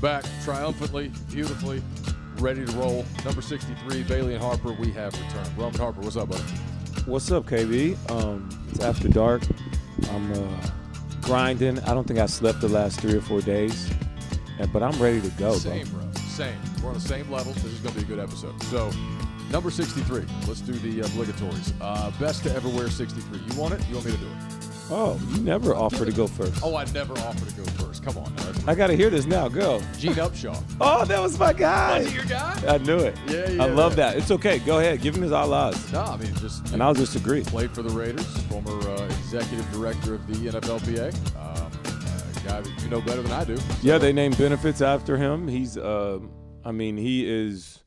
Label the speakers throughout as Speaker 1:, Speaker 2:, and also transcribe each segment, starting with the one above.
Speaker 1: back triumphantly, beautifully, ready to roll. Number 63, Bailey and Harper, we have returned. Roman Harper, what's up, buddy?
Speaker 2: What's up, KB? Um, it's after dark. I'm uh, grinding. I don't think I slept the last three or four days, and, but I'm ready to go, bro.
Speaker 1: same, bro. Same. We're on the same level. This is going to be a good episode. So, number 63, let's do the obligatories. Uh, best to ever wear 63. You want it? You want me to do it?
Speaker 2: Oh, you never offer to go first.
Speaker 1: Oh, I never offer to go first. Come on. Now. That's
Speaker 2: I gotta hear this now. Go.
Speaker 1: Gene Upshaw.
Speaker 2: Oh, that was my guy.
Speaker 1: guy?
Speaker 2: I knew it.
Speaker 1: Yeah, yeah,
Speaker 2: I love
Speaker 1: yeah.
Speaker 2: that. It's okay. Go ahead. Give him his all odds,
Speaker 1: No, I mean, just.
Speaker 2: and I'll just agree.
Speaker 1: played for the Raiders, former uh, executive director of the NFLPA. Um, a guy that you know better than I do.
Speaker 2: Yeah, they named benefits after him. He's, um I mean, he is,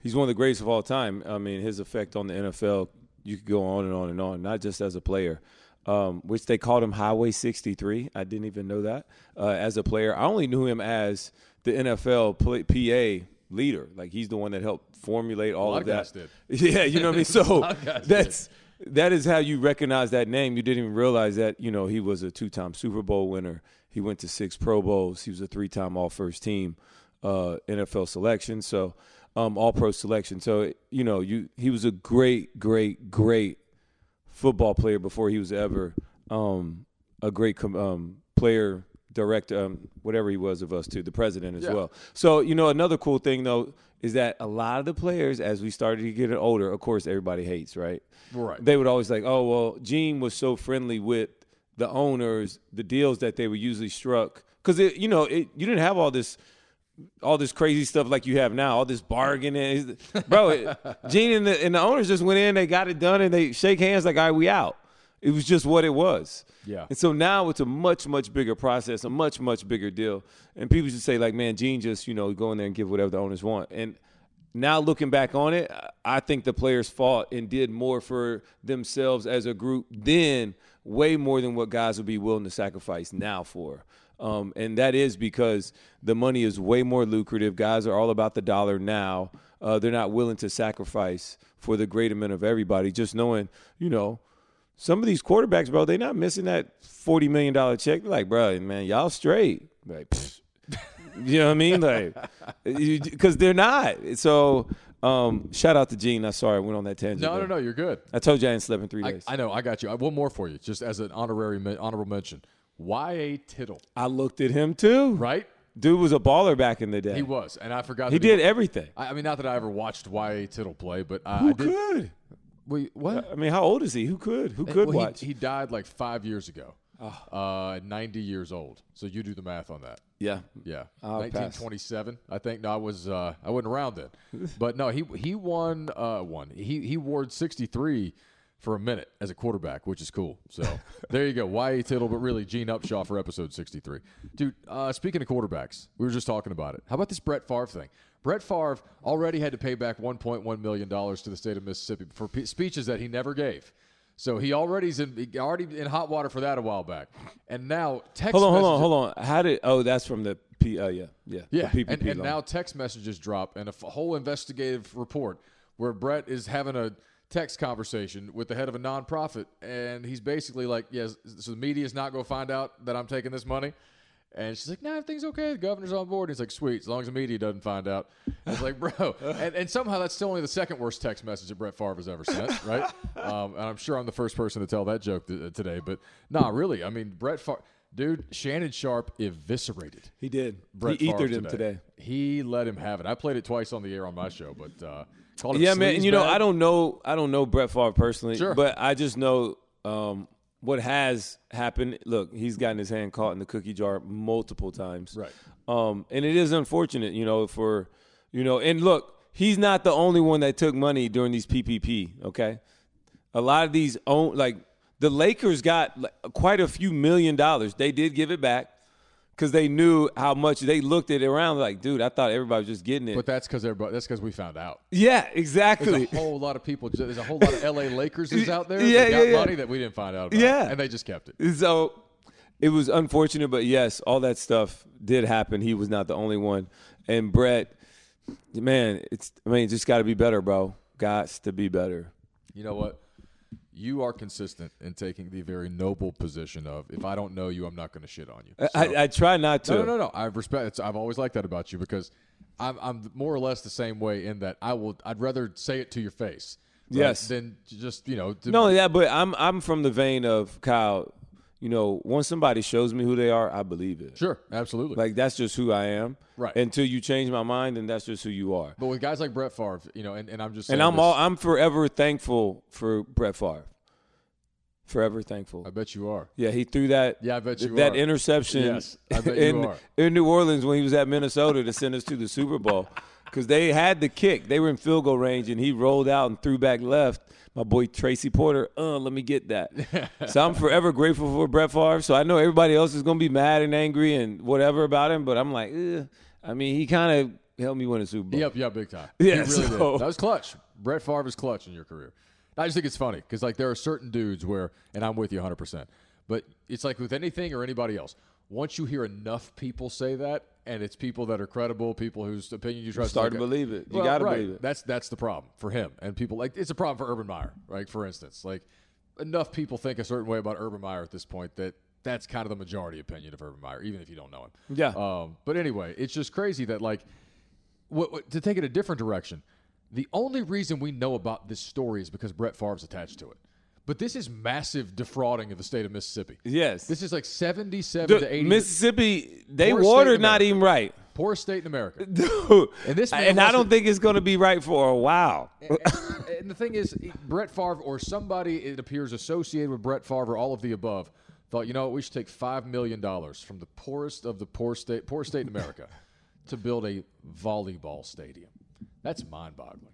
Speaker 2: he's one of the greatest of all time. I mean, his effect on the NFL, you could go on and on and on, not just as a player, um, which they called him Highway 63. I didn't even know that uh, as a player. I only knew him as the NFL pl- PA leader. Like he's the one that helped formulate all
Speaker 1: lot
Speaker 2: of
Speaker 1: of guys
Speaker 2: that.
Speaker 1: did.
Speaker 2: Yeah, you know what I mean. So
Speaker 1: guys did.
Speaker 2: that's that is how you recognize that name. You didn't even realize that you know he was a two-time Super Bowl winner. He went to six Pro Bowls. He was a three-time All-First Team uh, NFL selection. So um, All-Pro selection. So you know you he was a great, great, great football player before he was ever um, a great com- um, player, director, um, whatever he was of us too, the president as
Speaker 1: Yeah.
Speaker 2: well. So you know, another cool thing though is that a lot of the players, as we started to get older, of course everybody hates, right?
Speaker 1: Right.
Speaker 2: They would always like, oh well, Gene was so friendly with the owners, the deals that they were usually struck, because you know it, you didn't have all this all this crazy stuff like you have now, all this bargaining, bro. It, Gene and the, and the owners just went in, they got it done, and they shake hands like, "All right, we out." It was just what it was.
Speaker 1: Yeah.
Speaker 2: And so now it's a much much bigger process, a much much bigger deal, and people just say like, "Man, Gene just you know go in there and give whatever the owners want." And now looking back on it, I- I think the players fought and did more for themselves as a group then, way more than what guys would be willing to sacrifice now for. Um, and that is because the money is way more lucrative. Guys are all about the dollar now. Uh, they're not willing to sacrifice for the greaterment of everybody. Just knowing, you know, some of these quarterbacks, bro, they're not missing that forty million dollar check. They're like, bro, man, y'all straight. Like, pfft. you know what I mean? Like, because they're not. So, um, shout out to Gene. I sorry I went on that tangent.
Speaker 1: No, no,
Speaker 2: there.
Speaker 1: no. You're good.
Speaker 2: I told you I ain't slept in three
Speaker 1: I,
Speaker 2: days. I,
Speaker 1: I know. I got you. I, one more for you, just as an honorary men- honorable mention. Y.A. Tittle,
Speaker 2: looked at him too.
Speaker 1: right?
Speaker 2: Dude was a baller back in the day.
Speaker 1: He
Speaker 2: He,
Speaker 1: was, and I forgot. that
Speaker 2: did everything.
Speaker 1: I, I mean, not that I ever watched Y.A. Tittle play, but I, I
Speaker 2: Who
Speaker 1: did.
Speaker 2: could?
Speaker 1: Wait, what?
Speaker 2: I mean, how old is he? Who could? Who could
Speaker 1: Well, he-
Speaker 2: watch? Ah.
Speaker 1: He, died like five years ago, uh, 90 years old. So you do the math on that.
Speaker 2: yeah.
Speaker 1: Yeah,
Speaker 2: I'll pass.
Speaker 1: 1927. I think. No, I was uh, I wasn't around then. But no, he he won uh, one. He he wore 63 for a minute as a quarterback, which is cool. So there you go. Y.A. Tittle, but really Gene Upshaw for episode 63. Dude, uh, speaking of quarterbacks, we were just talking about it. How about this Brett Favre thing? Brett Favre already had to pay back 1.1 million dollars to the state of Mississippi for pe speeches that he never gave. So he already's in he already in hot water for that a while back, and now text
Speaker 2: Hold on, hold
Speaker 1: messages-
Speaker 2: on, hold on. How did? Oh, that's from the P. Uh, yeah, yeah,
Speaker 1: yeah,
Speaker 2: The PPP
Speaker 1: and, and
Speaker 2: loan.
Speaker 1: now text messages drop and a f- whole investigative report where Brett is having a text conversation with the head of a nonprofit, and he's basically like, "Yes, so the media's not going to find out that I'm taking this money." And she's like, "No, nah, everything's okay. The governor's on board." He's like, "Sweet, as long as the media doesn't find out." It's like, bro, and, and somehow that's still only the second worst text message that Brett Favre has ever sent, right? um, and I'm sure I'm the first person to tell that joke th- today, but nah, really, I mean, Brett Favre, dude, Shannon Sharp eviscerated.
Speaker 2: he did.
Speaker 1: Brett
Speaker 2: he
Speaker 1: Favre
Speaker 2: ethered him today.
Speaker 1: He let him have it. I played it twice on the air on my show, but uh, called him
Speaker 2: Yeah, man. And you know,
Speaker 1: sleazebag.
Speaker 2: I don't know, I don't know Brett Favre personally,
Speaker 1: Sure.
Speaker 2: but I just know um, what has happened. Look, he's gotten his hand caught in the cookie jar multiple times,
Speaker 1: Right.
Speaker 2: Um, and it is unfortunate, you know, for you know, and look, he's not the only one that took money during these PPP. Okay, a lot of these own like the Lakers got like, quite a few million dollars. They did give it back. Because they knew how much they looked at it around, like, dude, I thought everybody was just getting it.
Speaker 1: But that's because everybody. That's because we found out.
Speaker 2: yeah,
Speaker 1: There's
Speaker 2: exactly.
Speaker 1: a whole lot of people. There's a whole lot of L.A. Lakers is out there
Speaker 2: Yeah,
Speaker 1: that got
Speaker 2: yeah, yeah.
Speaker 1: money that we didn't find out about.
Speaker 2: Yeah.
Speaker 1: and they just kept it.
Speaker 2: So it was unfortunate, but yes, all that stuff did happen. He was not the only one. And Brett, man, it's I mean, just got to be better, bro. Got to be better.
Speaker 1: You know what? you are consistent in taking the very noble position of if I don't know you, I'm not going to shit on you. So-
Speaker 2: I, I try not to.
Speaker 1: no, no, no, no. I respect. It's, I've always liked that about you because I'm, I'm more or less the same way in that I will. I'd rather say it to your face. right,
Speaker 2: Yes.
Speaker 1: Than just you know. To,
Speaker 2: No, yeah, but I'm I'm from the vein of Kyle. You know, once somebody shows me who they are, I believe it.
Speaker 1: Sure. Absolutely.
Speaker 2: Like that's just who I am.
Speaker 1: Right.
Speaker 2: Until you change my mind, and that's just who you are.
Speaker 1: but with guys like Brett Favre, you know, and, and I'm just
Speaker 2: And
Speaker 1: saying
Speaker 2: I'm
Speaker 1: this,
Speaker 2: all I'm forever thankful for Brett Favre. Forever thankful.
Speaker 1: I bet you are.
Speaker 2: Yeah, he threw that.
Speaker 1: Yeah, I bet you
Speaker 2: that
Speaker 1: are.
Speaker 2: interception.
Speaker 1: Yes, I bet you
Speaker 2: in,
Speaker 1: are.
Speaker 2: in New Orleans when he was at Minnesota to send us to the Super Bowl because they had the kick. They were in field goal range and he rolled out and threw back left. My boy Tracy Porter, uh, let me get that. so I'm forever grateful for Brett Favre. So I know everybody else is gonna be mad and angry and whatever about him, but I'm like, eh. I mean, he kind of helped me win a Super Bowl.
Speaker 1: Yep, yeah, big time.
Speaker 2: Yeah,
Speaker 1: he really
Speaker 2: so-
Speaker 1: did. That was clutch. Brett Favre is clutch in your career. I just think it's funny because like there are certain dudes where, and I'm with you 100. percent But it's like with anything or anybody else. Once you hear enough people say that, and it's people that are credible, people whose opinion you trust, like,
Speaker 2: start to believe it. You
Speaker 1: Well,
Speaker 2: gotta
Speaker 1: right.
Speaker 2: believe it.
Speaker 1: That's that's the problem for him and people. Like it's a problem for Urban Meyer, right? For instance, like enough people think a certain way about Urban Meyer at this point that that's kind of the majority opinion of Urban Meyer, even if you don't know him.
Speaker 2: Yeah.
Speaker 1: Um, but anyway, it's just crazy that like what, what, to take it a different direction, the only reason we know about this story is because Brett Favre's attached to it. But this is massive defrauding of the state of Mississippi.
Speaker 2: Yes.
Speaker 1: This is like 77
Speaker 2: Dude,
Speaker 1: to 80
Speaker 2: Mississippi, they
Speaker 1: Poor state
Speaker 2: watered
Speaker 1: of
Speaker 2: not
Speaker 1: America.
Speaker 2: even right.
Speaker 1: poorest state in America.
Speaker 2: Dude.
Speaker 1: And this man
Speaker 2: and I
Speaker 1: wants
Speaker 2: don't
Speaker 1: to-
Speaker 2: think it's going to be right for a while.
Speaker 1: and, and the thing is, Brett Favre or somebody it appears associated with Brett Favre or all of the above thought, you know, what, we should take five million dollars from the poorest of the poor state, poor state in America, to build a volleyball stadium. That's mind-boggling.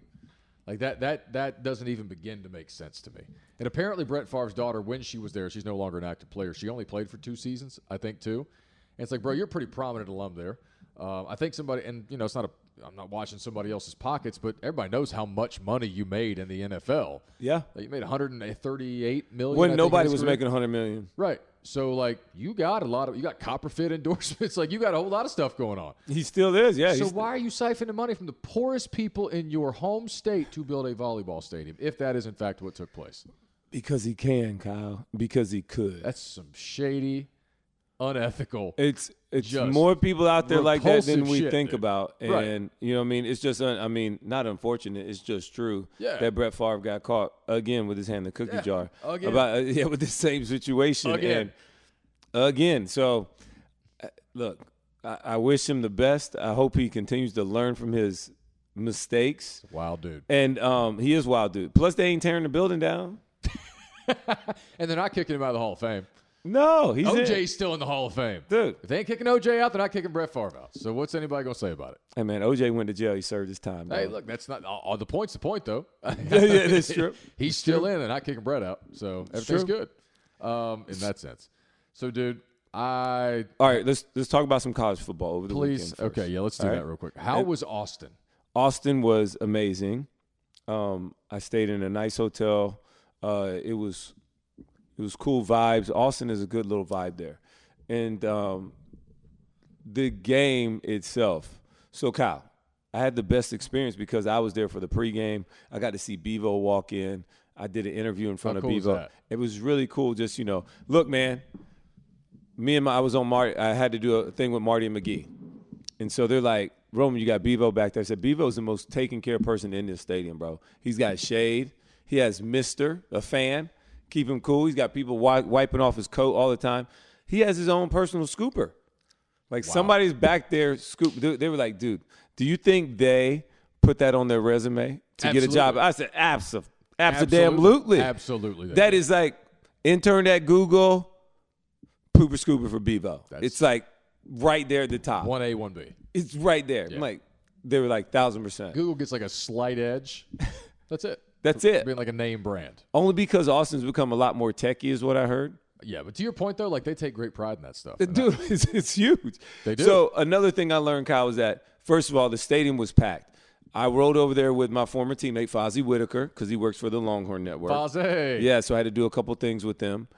Speaker 1: Like that, that, that doesn't even begin to make sense to me. And apparently, Brett Favre's daughter, when she was there, she's no longer an active player. She only played for two seasons, I think, too. And it's like, bro, you're a pretty prominent alum there. Uh, I think somebody, and you know, it's not a, I'm not watching somebody else's pockets, but everybody knows how much money you made in the NFL.
Speaker 2: Yeah.
Speaker 1: Like, you made 138 million. I
Speaker 2: When
Speaker 1: think,
Speaker 2: nobody
Speaker 1: in his
Speaker 2: was
Speaker 1: career.
Speaker 2: making 100 million.
Speaker 1: Right. So like, you got a lot of, you got Copperfit endorsements. like, you got a whole lot of stuff going on.
Speaker 2: He still is, yeah.
Speaker 1: So
Speaker 2: he's-
Speaker 1: why are you siphoning money from the poorest people in your home state to build a volleyball stadium? If that is in fact what took place,
Speaker 2: because he can, Kyle. Because he could.
Speaker 1: that's some shady, unethical.
Speaker 2: it's it's
Speaker 1: just
Speaker 2: more people out there like that than
Speaker 1: repulsive
Speaker 2: we
Speaker 1: shit,
Speaker 2: think
Speaker 1: dude.
Speaker 2: about. And
Speaker 1: Right.
Speaker 2: you know what I mean? It's just un, I mean, not unfortunate, it's just true
Speaker 1: Yeah.
Speaker 2: that Brett Favre got caught again with his hand in the cookie
Speaker 1: Yeah,
Speaker 2: jar.
Speaker 1: again.
Speaker 2: About uh, yeah, with the same situation
Speaker 1: Again.
Speaker 2: and again. So uh, look, I, I wish him the best. I hope he continues to learn from his mistakes.
Speaker 1: Wild dude.
Speaker 2: And um, he is wild, dude. Plus, they ain't tearing the building down.
Speaker 1: And they're not kicking him out of the Hall of Fame.
Speaker 2: No, he's in.
Speaker 1: OJ's still in the Hall of Fame.
Speaker 2: Dude.
Speaker 1: If they ain't kicking OJ out, they're not kicking Brett Favre out. So what's anybody gonna say about it?
Speaker 2: Hey man, OJ went to jail. He served his time.
Speaker 1: Hey,
Speaker 2: bro.
Speaker 1: look, that's not all, all the point's the point though.
Speaker 2: Uh, yeah, yeah, that's true.
Speaker 1: He's still in and not kicking Brett out. So everything's
Speaker 2: true.
Speaker 1: good. Um, in that sense. So dude, I
Speaker 2: All right, let's let's talk about some college football over the
Speaker 1: please
Speaker 2: weekend. first.
Speaker 1: okay, yeah, let's do
Speaker 2: All
Speaker 1: that
Speaker 2: right.
Speaker 1: real quick. How was Austin?
Speaker 2: Austin was amazing. Um, I stayed in a nice hotel. Uh, it was it was cool vibes. Austin is a good little vibe there, and um, the game itself. So Kyle, I had the best experience because I was there for the pregame. I got to see Bevo walk in. I did an interview in front
Speaker 1: How
Speaker 2: of
Speaker 1: cool is
Speaker 2: Bevo.
Speaker 1: that?
Speaker 2: It was really cool. Just you know, look, man. Me and my, I was on Marty. I had to do a thing with Marty and McGee. And so they're like, Roman, you got Bevo back there. I said, Bevo's the most taken care of person in this stadium, bro. He's got shade. He has Mister, a fan, keep him cool. He's got people wi- wiping off his coat all the time. He has his own personal scooper. Like somebody's back there scoop. Dude, they were like, dude, do you think they put that on their resume to get a job?
Speaker 1: Absolutely.
Speaker 2: I said, abso, absolutely,
Speaker 1: Absolutely. they
Speaker 2: That is like intern at Google, pooper scooper for Bevo. it's like right there at the top.
Speaker 1: one A, one B.
Speaker 2: It's right there. I'm like, they were like thousand percent.
Speaker 1: Google gets like a slight edge. That's it.
Speaker 2: That's it.
Speaker 1: Being like a name brand.
Speaker 2: Only because Austin's become a lot more techy is what I heard.
Speaker 1: Yeah, but to your point though, like they take great pride in that stuff. And I-
Speaker 2: Dude, it's, it's huge.
Speaker 1: They do.
Speaker 2: So another thing I learned, Kyle, was that first of all, the stadium was packed. I rode over there with my former teammate Fozzie Whitaker because he works for the Longhorn Network.
Speaker 1: Fozzie.
Speaker 2: Yeah, so I had to do a couple things with them.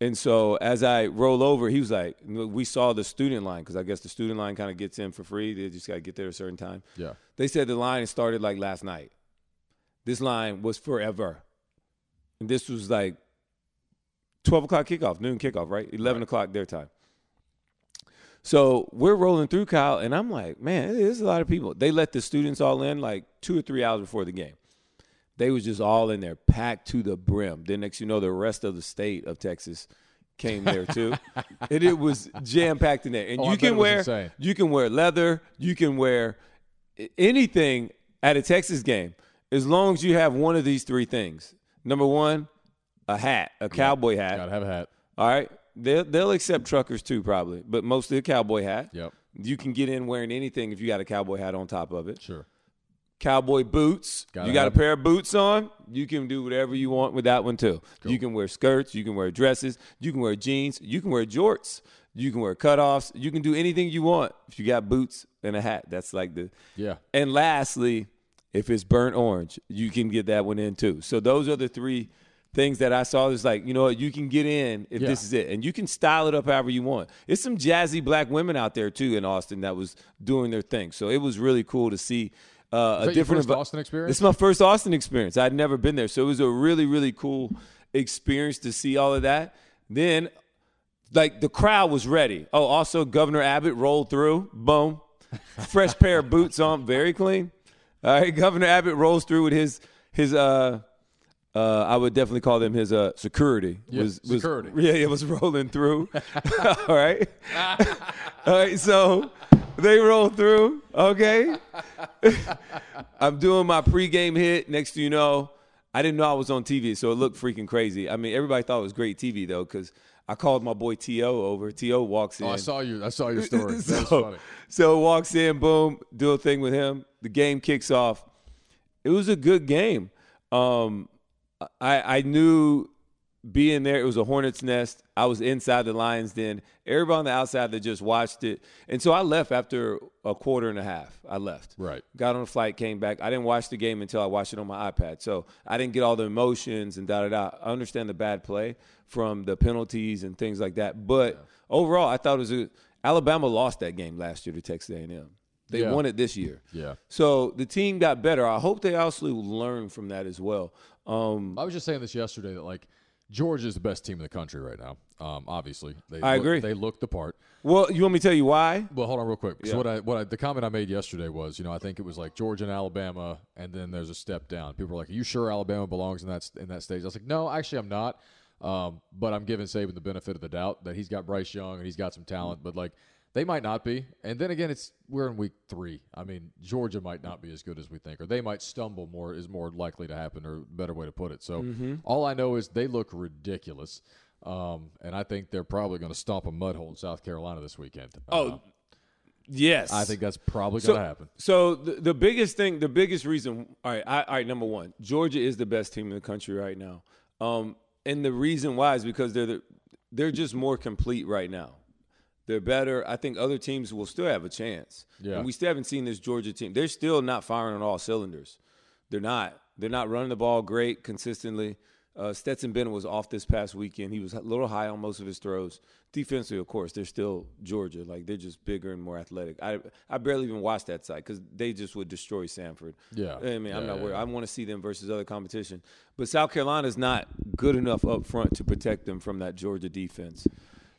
Speaker 2: And so as I roll over, he was like, we saw the student line because I guess the student line kind of gets in for free. They just got to get there at a certain time.
Speaker 1: Yeah.
Speaker 2: They said the line started like last night. This line was forever. And this was like 12 o'clock kickoff, noon kickoff, right? 11 o'clock their time. So we're rolling through, Kyle, and I'm like, man, there's a lot of people. They let the students all in like two or three hours before the game. They was just all in there, packed to the brim. Then next you know, the rest of the state of Texas came there too, and it was jam packed in there. And
Speaker 1: Oh, I
Speaker 2: you
Speaker 1: bet it
Speaker 2: can
Speaker 1: was
Speaker 2: wear,
Speaker 1: insane.
Speaker 2: you can wear leather, you can wear a- anything at a Texas game as long as you have one of these three things. Number one, a hat, a cowboy hat.
Speaker 1: Gotta have a hat.
Speaker 2: All right. They'll, they'll accept truckers too, probably, but mostly a cowboy hat.
Speaker 1: Yep.
Speaker 2: You can get in wearing anything if you got a cowboy hat on top of it.
Speaker 1: Sure.
Speaker 2: Cowboy boots.
Speaker 1: Gotta
Speaker 2: you got
Speaker 1: have
Speaker 2: a pair of boots on. You can do whatever you want with that one too. You can wear skirts. You can wear dresses. You can wear jeans. You can wear jorts. You can wear cutoffs. You can do anything you want if you got boots and a hat. That's like the
Speaker 1: Yeah.
Speaker 2: and lastly, if it's burnt orange, you can get that one in too. So those are the three things that I saw. It's like, you know what, you can get in if
Speaker 1: Yeah.
Speaker 2: this is it. And you can style it up however you want. It's some jazzy black women out there too in Austin that was doing their thing. So it was really cool to see uh,
Speaker 1: that
Speaker 2: a
Speaker 1: your
Speaker 2: different
Speaker 1: first
Speaker 2: envi-
Speaker 1: Austin experience?
Speaker 2: It's my first Austin experience. I'd never been there. So it was a really, really cool experience to see all of that. Then like the crowd was ready. Oh, also Governor Abbott rolled through. Boom. Fresh pair of boots on, very clean. All right, Governor Abbott rolls through with his his uh uh, I would definitely call them his uh, security.
Speaker 1: Yeah,
Speaker 2: was, was-
Speaker 1: security.
Speaker 2: Yeah, it was rolling through. All right. All right, so they roll through. Okay. I'm doing my pregame hit. Next thing you know, I didn't know I was on TV, so it looked freaking crazy. I mean, everybody thought it was great TV though, because I called my boy T.O. over. T.O. walks in.
Speaker 1: Oh, I saw you. I saw your story. That's
Speaker 2: So-
Speaker 1: funny.
Speaker 2: So walks in, boom, do a thing with him. The game kicks off. It was a good game. Um, I I knew being there, it was a hornet's nest. I was inside the lion's den. Everybody on the outside that just watched it, and so I left after a quarter and a half. I left.
Speaker 1: Right.
Speaker 2: Got on a flight, came back. I didn't watch the game until I watched it on my iPad. So I didn't get all the emotions and da da da. I understand the bad play from the penalties and things like that. But overall, I thought it was a, Alabama lost that game last year to Texas A&M. They
Speaker 1: Yeah.
Speaker 2: won it this year.
Speaker 1: Yeah.
Speaker 2: So the team got better. I hope they also learn from that as well. Um,
Speaker 1: I was just saying this yesterday that like Georgia is the best team in the country right now. Um, obviously, they
Speaker 2: I
Speaker 1: look-
Speaker 2: agree.
Speaker 1: They look the part.
Speaker 2: well, you want me to tell you why?
Speaker 1: Well, hold on real quick. So what I what I, the comment I made yesterday was, you know, I think it was like Georgia and Alabama, and then there's a step down. People are like, "Are you sure Alabama belongs in that in that stage?" I was like, "No, actually, I'm not." Um, but I'm giving Saban the benefit of the doubt that he's got Bryce Young and he's got some talent, but like they might not be. And then again, it's we're in week three. I mean, Georgia might not be as good as we think, or they might stumble more is more likely to happen, or better way to put it. So all I know is they look ridiculous. Um, and I think they're probably going to stomp a mud hole in South Carolina this weekend. Uh,
Speaker 2: Yes.
Speaker 1: I think that's probably
Speaker 2: so,
Speaker 1: going to happen.
Speaker 2: So the, the biggest thing, the biggest reason, all right, I, all right, number one, Georgia is the best team in the country right now. Um, and the reason why is because they're the, they're just more complete right now. They're better. I think other teams will still have a chance.
Speaker 1: Yeah.
Speaker 2: And we still haven't seen this Georgia team. They're still not firing on all cylinders. They're not. They're not running the ball great consistently. Uh, Stetson Bennett was off this past weekend. He was a little high on most of his throws. Defensively, of course, they're still Georgia. Like they're just bigger and more athletic. I I barely even watched that side because they just would destroy Sanford.
Speaker 1: Yeah.
Speaker 2: I mean, I'm
Speaker 1: Yeah,
Speaker 2: not
Speaker 1: yeah,
Speaker 2: worried. I want to see them versus other competition. But South Carolina's not good enough up front to protect them from that Georgia defense.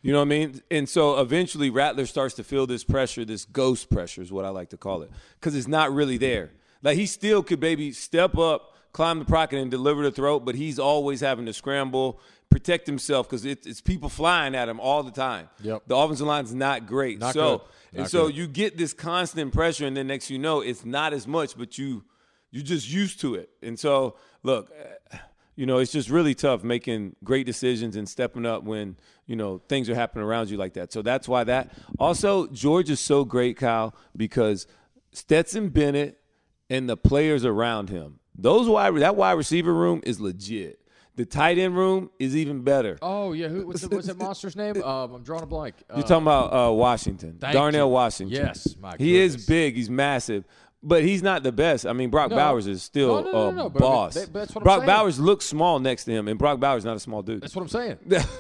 Speaker 2: You know what I mean? And so eventually Rattler starts to feel this pressure, this ghost pressure is what I like to call it, because it's not really there. Like he still could maybe step up, climb the pocket, and deliver the throat, but he's always having to scramble, protect himself, because it, it's people flying at him all the time.
Speaker 1: Yep.
Speaker 2: The offensive line's not great.
Speaker 1: Not
Speaker 2: so
Speaker 1: good.
Speaker 2: and
Speaker 1: Not
Speaker 2: so
Speaker 1: good.
Speaker 2: you get this constant pressure, and then next you know it's not as much, but you you're just used to it. And so look, eh, you know it's just really tough making great decisions and stepping up when you know things are happening around you like that. So that's why that. Also, Georgia's so great, Kyle, because Stetson Bennett and the players around him. Those wide that wide receiver room is legit. The tight end room is even better.
Speaker 1: Oh yeah, who what's, the, what's that monster's name? Um, I'm drawing a blank. Uh,
Speaker 2: You're talking about uh, Washington,
Speaker 1: Thank
Speaker 2: Darnell
Speaker 1: you.
Speaker 2: Washington.
Speaker 1: Yes, my
Speaker 2: he is
Speaker 1: goodness.
Speaker 2: big. He's massive, but he's not the best. I mean, Brock Bowers is still
Speaker 1: No, no, no,
Speaker 2: a
Speaker 1: no, but I mean,
Speaker 2: boss.
Speaker 1: they- but that's what I'm
Speaker 2: Brock
Speaker 1: saying.
Speaker 2: Bowers looks small next to him, and Brock Bowers not a small dude.
Speaker 1: that's what I'm saying.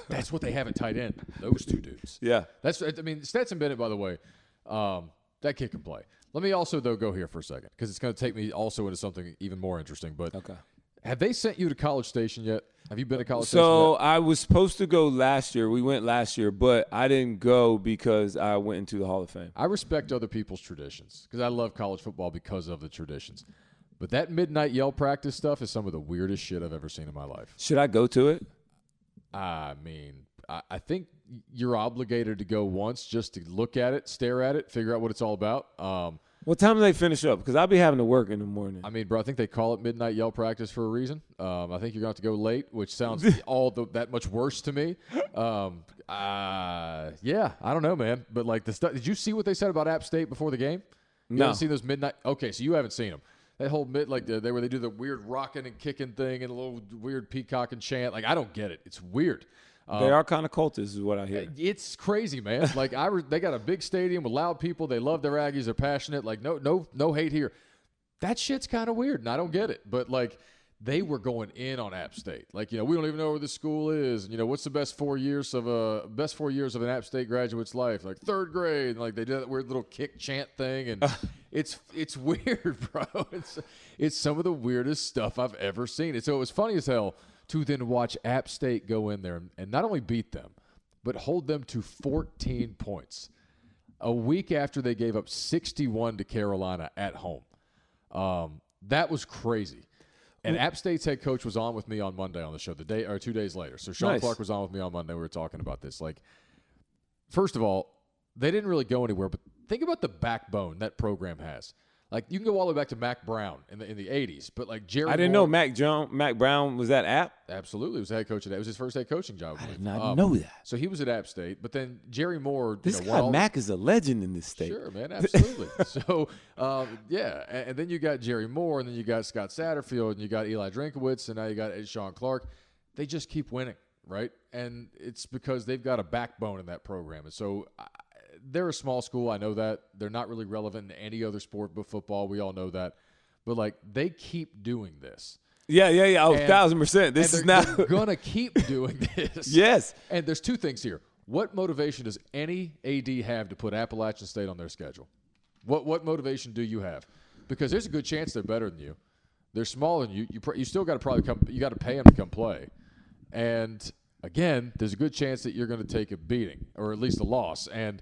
Speaker 1: that's what they have at tight end. Those two dudes.
Speaker 2: yeah,
Speaker 1: That's I mean Stetson Bennett, by the way, um, that kid can play. Let me also though go here for a second because it's going to take me also into something even more interesting. But
Speaker 2: Okay.
Speaker 1: Have they sent you to College Station yet? Have you been to College
Speaker 2: So I was supposed to go last year. We went last year, but I didn't go because I went into the Hall of Fame.
Speaker 1: I respect other people's traditions because I love college football because of the traditions. But that midnight yell practice stuff is some of the weirdest shit I've ever seen in my life.
Speaker 2: Should I go to it?
Speaker 1: I mean, I, I think you're obligated to go once just to look at it, stare at it, figure out what it's all about. Um,
Speaker 2: What time do they finish up? Because I'll be having to work in the morning.
Speaker 1: I mean, bro, I think they call it midnight yell practice for a reason. Um, I think you're going to have to go late, which sounds all the, that much worse to me. Um, uh, yeah, I don't know, man. But like the stuff, did you see what they said about App State before the game? You
Speaker 2: No.
Speaker 1: haven't seen those midnight. Okay, so you haven't seen them. That whole mid like the, they where they do the weird rocking and kicking thing and a little weird peacock and chant. Like I don't get it. It's weird. uh,
Speaker 2: they are kind of cultists, is what I hear.
Speaker 1: It's crazy, man. Like I, re- they got a big stadium with loud people. They love their Aggies. They're passionate. Like no, no, no hate here. That shit's kind of weird, and I don't get it. But like, they were going in on App State. Like you know, we don't even know where the school is. And, you know, what's the best four years of a best four years of an App State graduate's life? Like third grade. And, like they did that weird little kick chant thing, and it's it's weird, bro. It's it's some of the weirdest stuff I've ever seen. And so it was funny as hell to then watch App State go in there and, and not only beat them but hold them to 14 points a week after they gave up 61 to Carolina at home. Um, that was crazy. And
Speaker 2: Mm.
Speaker 1: App State's head coach was on with me on Monday on the show, the day or two days later. So Sean
Speaker 2: Nice.
Speaker 1: Clark was on with me on Monday. We were talking about this. Like, first of all, they didn't really go anywhere, but think about the backbone that program has. Like, you can go all the way back to Mac Brown in the in the 80s, but like Jerry
Speaker 2: I didn't
Speaker 1: Moore-
Speaker 2: know Mac Jones, Mac Brown was that app.
Speaker 1: Absolutely, was the head coach of that. It was his first head coaching job. I
Speaker 2: did not know that.
Speaker 1: So he was at App State, but then Jerry Moore.
Speaker 2: This
Speaker 1: Um, you know, won
Speaker 2: guy
Speaker 1: all-
Speaker 2: Mac is a legend in this state.
Speaker 1: Sure, man, absolutely. so, um, yeah, and, and then you got Jerry Moore, and then you got Scott Satterfield, and you got Eli Drinkowitz, and now you got Sean Clark. They just keep winning, right? And it's because they've got a backbone in that program. And so I, they're a small school. I know that. They're not really relevant in any other sport but football. We all know that. But, like, they keep doing this.
Speaker 2: Yeah, yeah, yeah. Oh,
Speaker 1: And-
Speaker 2: thousand percent. This
Speaker 1: and
Speaker 2: is
Speaker 1: they're,
Speaker 2: not.
Speaker 1: they're gonna keep doing this.
Speaker 2: yes.
Speaker 1: And there's two things here. What motivation does any AD have to put Appalachian State on their schedule? What what motivation do you have? Because there's a good chance they're better than you. They're smaller than you. You pr- you still got to probably come. You got to pay them to come play. And again, there's a good chance that you're going to take a beating or at least a loss. And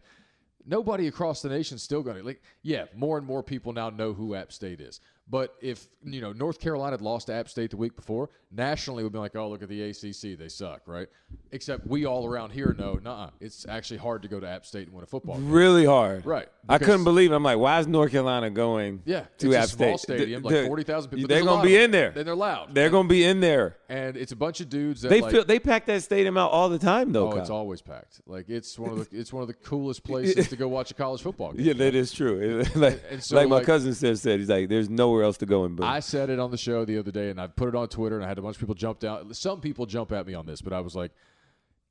Speaker 1: nobody across the nation's still going to like. Yeah, more and more people now know who App State is. But if you know North Carolina had lost to App State the week before, nationally would be like, oh look at the ACC, they suck, right? Except we all around here know, nah, it's actually hard to go to App State and win a football. game.
Speaker 2: Really hard.
Speaker 1: Right,
Speaker 2: I
Speaker 1: because-
Speaker 2: couldn't believe it. I'm like, why is North Carolina going
Speaker 1: Yeah,
Speaker 2: to
Speaker 1: it's
Speaker 2: App
Speaker 1: a small
Speaker 2: State?
Speaker 1: stadium,
Speaker 2: They're-
Speaker 1: like forty thousand people. but
Speaker 2: They're
Speaker 1: there's a lot
Speaker 2: going to be
Speaker 1: of
Speaker 2: in there.
Speaker 1: them. Then they're loud.
Speaker 2: They're going to be in there.
Speaker 1: and it's a bunch of dudes that
Speaker 2: They
Speaker 1: like,
Speaker 2: fill, they pack that stadium out all the time, though.
Speaker 1: Oh,
Speaker 2: Kyle.
Speaker 1: it's always packed. Like it's one of the it's one of the coolest places to go watch a college football game.
Speaker 2: yeah, that is true. like,
Speaker 1: and so,
Speaker 2: like my
Speaker 1: like-
Speaker 2: cousin said, said, he's like, there's nowhere else to go in. Boone.
Speaker 1: I said it on the show the other day, and I put it on Twitter, and I had a bunch of people jump down. Some people jump at me on this, but I was like,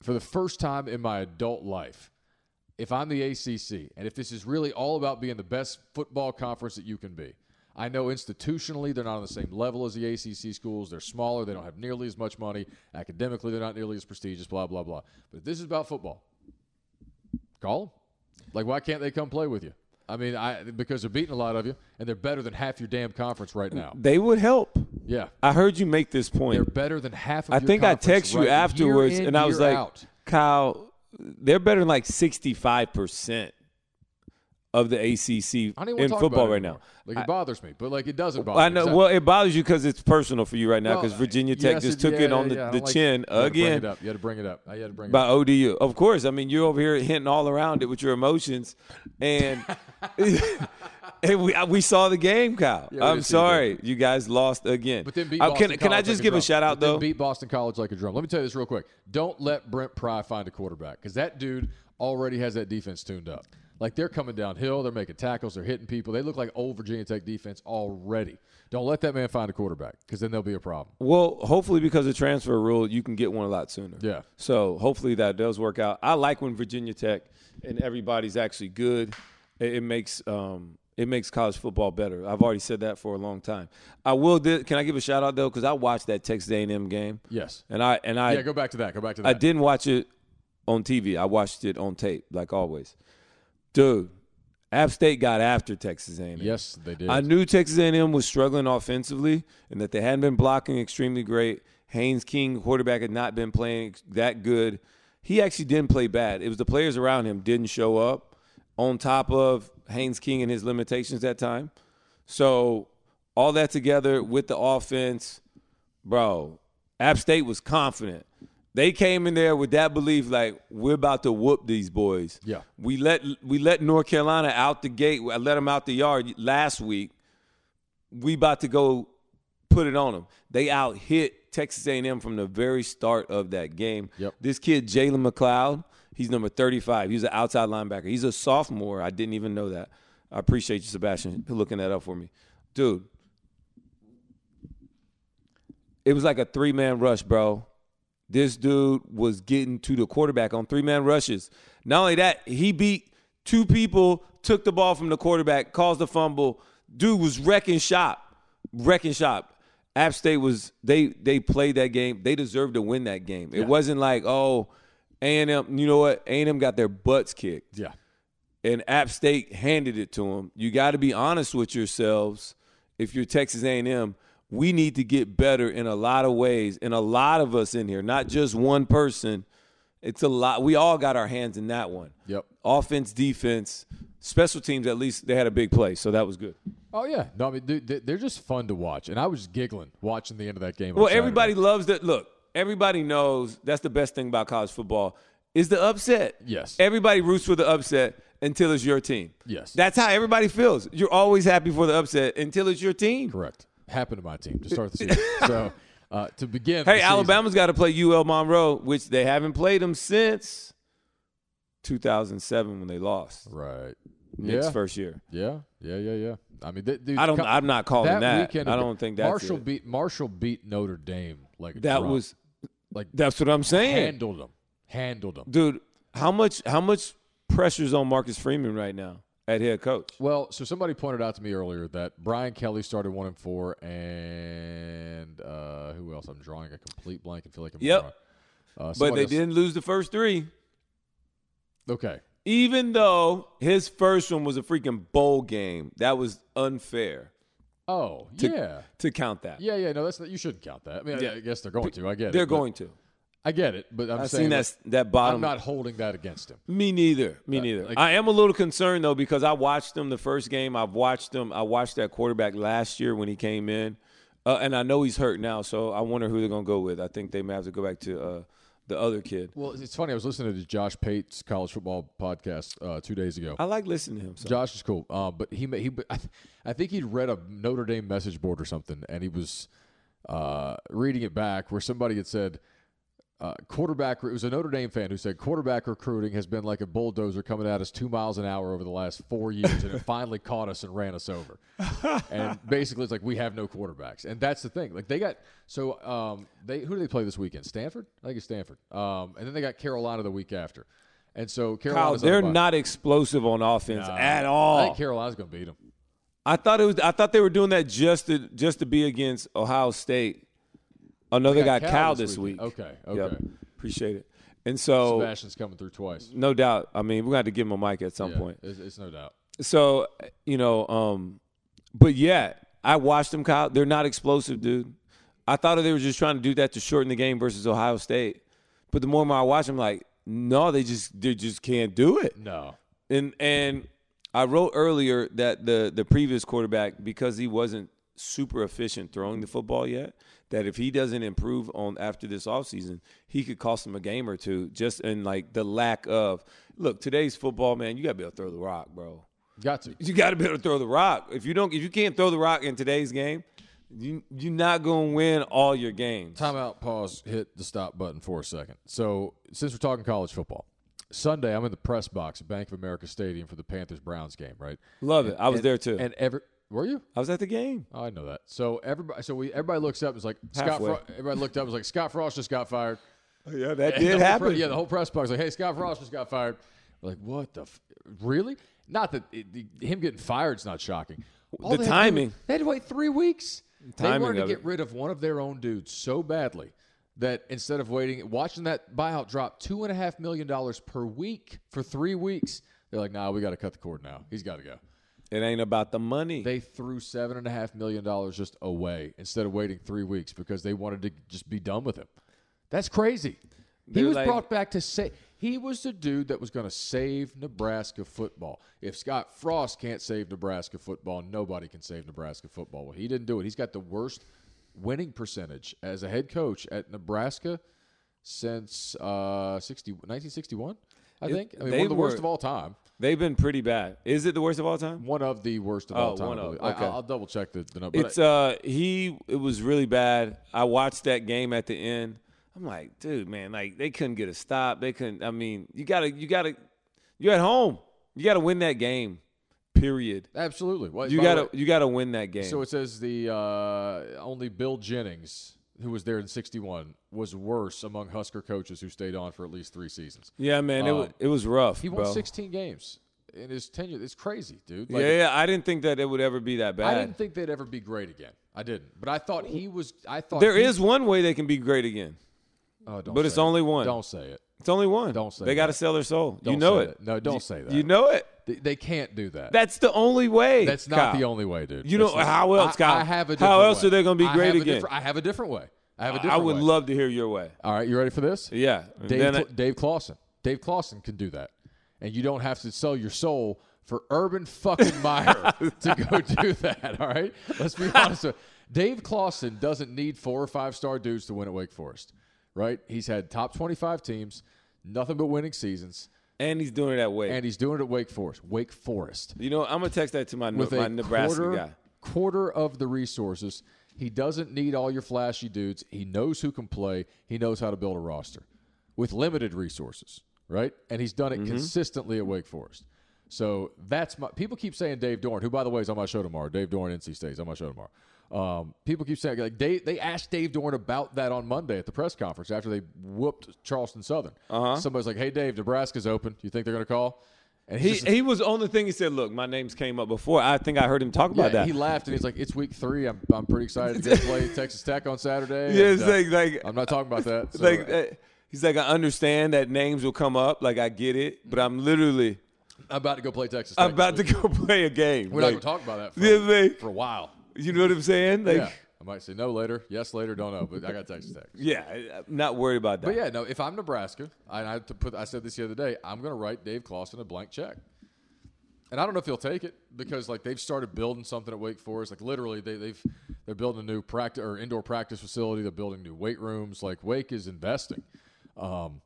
Speaker 1: for the first time in my adult life, if I'm the ACC, and if this is really all about being the best football conference that you can be, I know institutionally they're not on the same level as the ACC schools. They're smaller. They don't have nearly as much money. Academically, they're not nearly as prestigious, blah, blah, blah. But if this is about football, call them. Like, why can't they come play with you? I mean, I because they're beating a lot of you, and they're better than half your damn conference right now.
Speaker 2: they would help.
Speaker 1: Yeah.
Speaker 2: I heard you make this
Speaker 1: They're
Speaker 2: point.
Speaker 1: better than half of
Speaker 2: I
Speaker 1: your
Speaker 2: think I
Speaker 1: conference
Speaker 2: text you
Speaker 1: right- year
Speaker 2: afterwards,
Speaker 1: in,
Speaker 2: and I was
Speaker 1: year
Speaker 2: like,
Speaker 1: out.
Speaker 2: Kyle, they're better than like 65 percent of the ACC
Speaker 1: I don't even
Speaker 2: in
Speaker 1: want to talk
Speaker 2: football
Speaker 1: about it
Speaker 2: right now.
Speaker 1: anymore. Like it bothers me, but like it doesn't bother
Speaker 2: I
Speaker 1: me.
Speaker 2: know.
Speaker 1: 'cause
Speaker 2: Well, it bothers you because it's personal for you right now
Speaker 1: well,
Speaker 2: because Virginia
Speaker 1: yes,
Speaker 2: Tech just took
Speaker 1: yeah,
Speaker 2: it on
Speaker 1: yeah,
Speaker 2: the,
Speaker 1: yeah, I
Speaker 2: the
Speaker 1: don't like-
Speaker 2: chin
Speaker 1: you had to bring
Speaker 2: again
Speaker 1: it up. You had to bring it up. I had to bring it up.
Speaker 2: by ODU. Of course. I mean, you're over here hinting all around it with your emotions, and and we I- we saw the game, Kyle.
Speaker 1: we
Speaker 2: I'm
Speaker 1: did see the game.
Speaker 2: sorry, you guys lost again.
Speaker 1: But then beat
Speaker 2: Uh,
Speaker 1: Boston
Speaker 2: can can I
Speaker 1: College
Speaker 2: just
Speaker 1: like
Speaker 2: give
Speaker 1: drum.
Speaker 2: a shout out
Speaker 1: But then
Speaker 2: though?
Speaker 1: Beat Boston College like a drum. Let me tell you this real quick. Don't let Brent Pry find a quarterback because that dude already has that defense tuned up. Like they're coming downhill, they're making tackles, they're hitting people. They look like old Virginia Tech defense already. Don't let that man find a quarterback because then there'll be a problem.
Speaker 2: Well, hopefully because of transfer rule, you can get one a lot sooner.
Speaker 1: Yeah.
Speaker 2: So hopefully that does work out. I like when Virginia Tech and everybody's actually good. It, it makes um it makes college football better. I've already said that for a long time. I will. Di- can I give a shout out though? Because I watched that Texas A&M game.
Speaker 1: Yes.
Speaker 2: And I and I
Speaker 1: Yeah, go back to that. Go back to that.
Speaker 2: I didn't watch it on TV. I watched it on tape, like always. Dude, App State got after Texas A&M.
Speaker 1: Yes, they did.
Speaker 2: I knew Texas A&M was struggling offensively and that they hadn't been blocking extremely great. Haynes King, quarterback, had not been playing that good. He actually didn't play bad. It was the players around him didn't show up. On top of Haynes King and his limitations that time, so all that together with the offense, bro. App State was confident. They came in there with that belief, like we're about to whoop these boys.
Speaker 1: Yeah.
Speaker 2: we let we let North Carolina out the gate. I let them out the yard last week. We about to go put it on them. They out hit Texas A&M from the very start of that game.
Speaker 1: Yep.
Speaker 2: This kid Jalen McLeod, he's number 35. He's an outside linebacker. He's a sophomore. I didn't even know that. I appreciate you, Sebastian, for looking that up for me, dude. It was like a three man rush, bro. This dude was getting to the quarterback on three man rushes. Not only that, he beat two people, took the ball from the quarterback, caused a fumble. Dude was wrecking shop, wrecking shop. App State was they they played that game. They deserved to win that game. It wasn't like oh, A and M. You know what? A and M got their butts kicked
Speaker 1: yeah.
Speaker 2: and App State handed it to them. You got to be honest with yourselves. If you're Texas A&M, we need to get better in a lot of ways, and a lot of us in here, not just one person. It's a lot. We all got our hands in that one.
Speaker 1: Yep.
Speaker 2: Offense, defense, special teams. At least they had a big play, so that was good.
Speaker 1: Oh yeah. No, I mean dude, they- they're just fun to watch, and I was giggling watching the end of that game. on
Speaker 2: Well,
Speaker 1: Saturday.
Speaker 2: everybody loves that. Look, everybody knows that's the best thing about college football is the upset.
Speaker 1: Yes.
Speaker 2: Everybody roots for the upset until it's your team.
Speaker 1: Yes.
Speaker 2: That's how everybody feels. You're always happy for the upset until it's your team.
Speaker 1: correct. Happened to my team to start the season. so uh, to begin. the
Speaker 2: Hey,
Speaker 1: season-
Speaker 2: Alabama's got to play UL Monroe, which they haven't played them since 2007 when they lost.
Speaker 1: Right.
Speaker 2: Nick's
Speaker 1: Yeah.
Speaker 2: first year.
Speaker 1: Yeah. Yeah. Yeah. Yeah. I mean, th- dude,
Speaker 2: I don't.
Speaker 1: co-
Speaker 2: I'm not calling that.
Speaker 1: that, weekend.
Speaker 2: I don't think that's
Speaker 1: Marshall
Speaker 2: it.
Speaker 1: beat Marshall beat Notre Dame like a
Speaker 2: that
Speaker 1: drop.
Speaker 2: was.
Speaker 1: like
Speaker 2: That's what I'm saying.
Speaker 1: handled them. Handled them.
Speaker 2: dude. How much how much pressure's on Marcus Freeman right now at head coach?
Speaker 1: Well, so somebody pointed out to me earlier that Brian Kelly started one and four, and uh, who else? I'm drawing a complete blank and feel like I'm
Speaker 2: Yep.
Speaker 1: wrong. Uh,
Speaker 2: But
Speaker 1: somebody
Speaker 2: they
Speaker 1: else-
Speaker 2: didn't lose the first three,
Speaker 1: Okay,
Speaker 2: even though his first one was a freaking bowl game. That was unfair
Speaker 1: Oh yeah,
Speaker 2: to count that.
Speaker 1: yeah, yeah. No, that's not, you shouldn't count that. I mean, I-
Speaker 2: Yeah.
Speaker 1: I, guess they're going to. I get it.
Speaker 2: They're
Speaker 1: but-
Speaker 2: going to.
Speaker 1: I get it, but I'm
Speaker 2: I've
Speaker 1: saying
Speaker 2: seen that that
Speaker 1: like,
Speaker 2: bottom.
Speaker 1: I'm not holding that against him.
Speaker 2: Me neither. Me neither.
Speaker 1: like-
Speaker 2: I am a little concerned though because I watched them the first game. I've watched them. I watched that quarterback last year when he came in, uh, and I know he's hurt now. So I wonder who they're gonna go with. I think they may have to go back to uh, the other kid.
Speaker 1: Well, it's funny. I was listening to Josh Pate's college football podcast uh, two days ago.
Speaker 2: I like listening to him. So.
Speaker 1: Josh is cool, uh, but he ma- he I th- I think he'd read a Notre Dame message board or something, and he was uh, reading it back where somebody had said uh, quarterback. It was a Notre Dame fan who said quarterback recruiting has been like a bulldozer coming at us two miles an hour over the last four years, and it finally caught us and ran us over. and basically, it's like we have no quarterbacks, and that's the thing. Like they got so um, they who do they play this weekend? Stanford, I think it's Stanford, um, and then they got Carolina the week after. And so
Speaker 2: Kyle,
Speaker 1: Carolina's on
Speaker 2: they're
Speaker 1: the bye.
Speaker 2: not explosive on offense at
Speaker 1: I
Speaker 2: all.
Speaker 1: think Carolina's going to beat them.
Speaker 2: I thought it was. I thought they were doing that just to just to be against Ohio State. Another
Speaker 1: got
Speaker 2: guy, Cal,
Speaker 1: Cal
Speaker 2: this
Speaker 1: this
Speaker 2: week.
Speaker 1: weekend. Okay,
Speaker 2: Yep.
Speaker 1: okay.
Speaker 2: Appreciate it. And so,
Speaker 1: Sebastian's coming through twice.
Speaker 2: no doubt. I mean, we're gonna have to give him a mic at some
Speaker 1: Yeah,
Speaker 2: point.
Speaker 1: It's, it's no doubt.
Speaker 2: So you know, um, but yeah, I watched them, Kyle. They're not explosive, dude. I thought they were just trying to do that to shorten the game versus Ohio State. But the more and more I watch them, like, no, they just they just can't do it.
Speaker 1: No.
Speaker 2: And and I wrote earlier that the the previous quarterback because he wasn't super efficient throwing the football yet, that if he doesn't improve on after this offseason, he could cost him a game or two just in like the lack of look, today's football, man, you gotta be able to throw the rock, bro.
Speaker 1: Got to.
Speaker 2: You got to be able to throw the rock. If you don't, if you can't throw the rock in today's game, you you're not gonna win all your games.
Speaker 1: Timeout, pause, hit the stop button for a second. So, since we're talking college football, Sunday I'm in the press box at Bank of America Stadium for the Panthers Browns game, right?
Speaker 2: Love it. I was
Speaker 1: And-
Speaker 2: there too.
Speaker 1: And every were you?
Speaker 2: I was at the game.
Speaker 1: Oh, I know that. So everybody, so we everybody looks up and is like Scott.
Speaker 2: Halfway.
Speaker 1: Fro- everybody looked up and was like Scott Frost just got fired.
Speaker 2: Oh, Yeah, that
Speaker 1: And the whole pre- yeah, the whole press box like, hey, Scott Frost just got fired. We're like, what the? F- really? Not that it, the- him getting fired is not shocking. All they
Speaker 2: The
Speaker 1: had to do-
Speaker 2: timing.
Speaker 1: they had to wait three weeks. they
Speaker 2: timing
Speaker 1: wanted to
Speaker 2: of
Speaker 1: get
Speaker 2: it.
Speaker 1: rid of one of their own dudes so badly that instead of waiting, watching that buyout drop two and a half million dollars per week for three weeks, They're like, nah, we got to cut the cord now. He's got to go.
Speaker 2: It ain't about the money.
Speaker 1: They threw seven and a half million dollars just away instead of waiting three weeks because they wanted to just be done with him. That's crazy.
Speaker 2: They're
Speaker 1: he was
Speaker 2: like-
Speaker 1: brought back to say he was the dude that was going to save Nebraska football. If Scott Frost can't save Nebraska football, nobody can save Nebraska football. Well, he didn't do it. He's got the worst winning percentage as a head coach at Nebraska since uh, 60, 1961. I think. I mean,
Speaker 2: they
Speaker 1: one of the worst
Speaker 2: were-
Speaker 1: of all time.
Speaker 2: They've been pretty bad. Is it the worst of all time?
Speaker 1: One of the worst of
Speaker 2: Oh,
Speaker 1: all time.
Speaker 2: one
Speaker 1: I
Speaker 2: of-
Speaker 1: believe. I,
Speaker 2: okay.
Speaker 1: will double check the, the number. but
Speaker 2: It's uh he it was really bad. I watched that game at the end. I'm like, dude, man, like they couldn't get a stop. They couldn't I mean, you gotta you gotta you're at home. You gotta win that game. Period.
Speaker 1: Absolutely. Well,
Speaker 2: You
Speaker 1: by the
Speaker 2: gotta
Speaker 1: way-
Speaker 2: you gotta win that game.
Speaker 1: so it says the uh, only Bill Jennings, who was there in '61, was worse among Husker coaches who stayed on for at least three seasons.
Speaker 2: yeah, man, it was, it was rough.
Speaker 1: Uh, He
Speaker 2: bro.
Speaker 1: won 16 games in his tenure. It's crazy, dude.
Speaker 2: yeah, yeah, I didn't think that it would ever be that
Speaker 1: I
Speaker 2: bad.
Speaker 1: didn't think they'd ever be great again. I didn't, but I thought he was. I thought
Speaker 2: there
Speaker 1: he-
Speaker 2: is one way they can be great again.
Speaker 1: Oh, don't
Speaker 2: but it's
Speaker 1: say it.
Speaker 2: only one.
Speaker 1: Don't say it.
Speaker 2: It's only one.
Speaker 1: Don't say
Speaker 2: they gotta
Speaker 1: that.
Speaker 2: sell their soul. you
Speaker 1: Don't
Speaker 2: know
Speaker 1: say
Speaker 2: it.
Speaker 1: that. No, don't
Speaker 2: You-
Speaker 1: say that.
Speaker 2: You know it.
Speaker 1: They, they can't do that.
Speaker 2: That's the only way.
Speaker 1: That's not
Speaker 2: Kyle.
Speaker 1: the only way, dude.
Speaker 2: You
Speaker 1: That's
Speaker 2: know-
Speaker 1: not-
Speaker 2: how else,
Speaker 1: I-
Speaker 2: Kyle?
Speaker 1: I have a
Speaker 2: How
Speaker 1: different
Speaker 2: else
Speaker 1: way.
Speaker 2: are they gonna be
Speaker 1: I
Speaker 2: great
Speaker 1: have a
Speaker 2: again?
Speaker 1: different- I have a different way. I have a different.
Speaker 2: I would
Speaker 1: way.
Speaker 2: love to hear your way.
Speaker 1: All right, you ready for this?
Speaker 2: Yeah.
Speaker 1: Dave,
Speaker 2: Then I-
Speaker 1: Cla- Dave Clausen. Dave Clausen can do that. And you don't have to sell your soul for Urban fucking Meyer to go do that. All right? Let's be honest. with- Dave Clausen doesn't need four or five star dudes to win at Wake Forest, right? He's had top 25 teams, nothing but winning seasons,
Speaker 2: and he's doing it that way.
Speaker 1: and he's doing it at Wake Forest. Wake Forest.
Speaker 2: you know, I'm gonna text that to my
Speaker 1: With
Speaker 2: my
Speaker 1: a
Speaker 2: Nebraska
Speaker 1: quarter,
Speaker 2: guy.
Speaker 1: quarter of the resources. He doesn't need all your flashy dudes. He knows who can play, he knows how to build a roster with limited resources, right? And he's done it
Speaker 2: Mm-hmm.
Speaker 1: consistently at Wake Forest. So that's my people keep saying Dave Dorn, who by the way is on my show tomorrow. Dave Dorn, NC State's on my show tomorrow. Um, people keep saying like Dave, they asked Dave Dorn about that on Monday at the press conference after they whooped Charleston Southern. Uh-huh. Somebody's like, "Hey Dave, Nebraska's open. Do you think they're going to call?" And
Speaker 2: He
Speaker 1: he's just-
Speaker 2: he was on the thing. He said, "Look, my names came up before. I think I heard him talk about
Speaker 1: yeah,
Speaker 2: that."
Speaker 1: He laughed and he's like, "It's week three. I'm I'm pretty excited to go play Texas Tech on Saturday."
Speaker 2: yeah,
Speaker 1: and,
Speaker 2: it's
Speaker 1: uh,
Speaker 2: like like
Speaker 1: I'm not talking about that. So,
Speaker 2: like uh, he's like, I understand that names will come up. Like I get it, but I'm literally
Speaker 1: I'm about to go play Texas. Tech
Speaker 2: I'm about to
Speaker 1: this week.
Speaker 2: go play a game.
Speaker 1: We're
Speaker 2: like,
Speaker 1: not gonna talk about that for,
Speaker 2: Yeah, like-
Speaker 1: for a while.
Speaker 2: You know what I'm saying? Like,
Speaker 1: yeah, I might say no later, yes later, don't know, but I got Texas Tech.
Speaker 2: yeah, I- I'm not worried about that.
Speaker 1: But yeah, no. If I'm Nebraska, and I had to put, I said this the other day, I'm going to write Dave Clawson a blank check, and I don't know if he'll take it because like they've started building something at Wake Forest. Like literally, they, they've they're building a new practice or indoor practice facility. They're building new weight rooms. Like Wake is investing, um,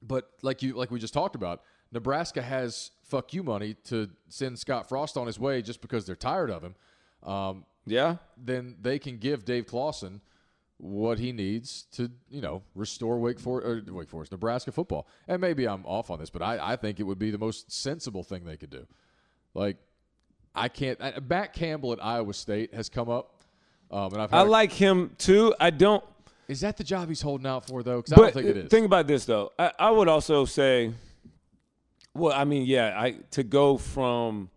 Speaker 1: but like you like we just talked about, Nebraska has fuck you money to send Scott Frost on his way just because they're tired of him. Um,
Speaker 2: yeah.
Speaker 1: then they can give Dave Clawson what he needs to, you know, restore Wake Forest, or Wake Forest, Nebraska football. And maybe I'm off on this, but I, I think it would be the most sensible thing they could do. Like, I can't. I, Matt Campbell at Iowa State has come up, um, and I've. Had
Speaker 2: I
Speaker 1: a-
Speaker 2: like him too. I don't.
Speaker 1: is that the job he's holding out for though? Because I
Speaker 2: But
Speaker 1: don't think it
Speaker 2: uh,
Speaker 1: is.
Speaker 2: Think about this though. I, I would also say, well, I mean, yeah, I to go from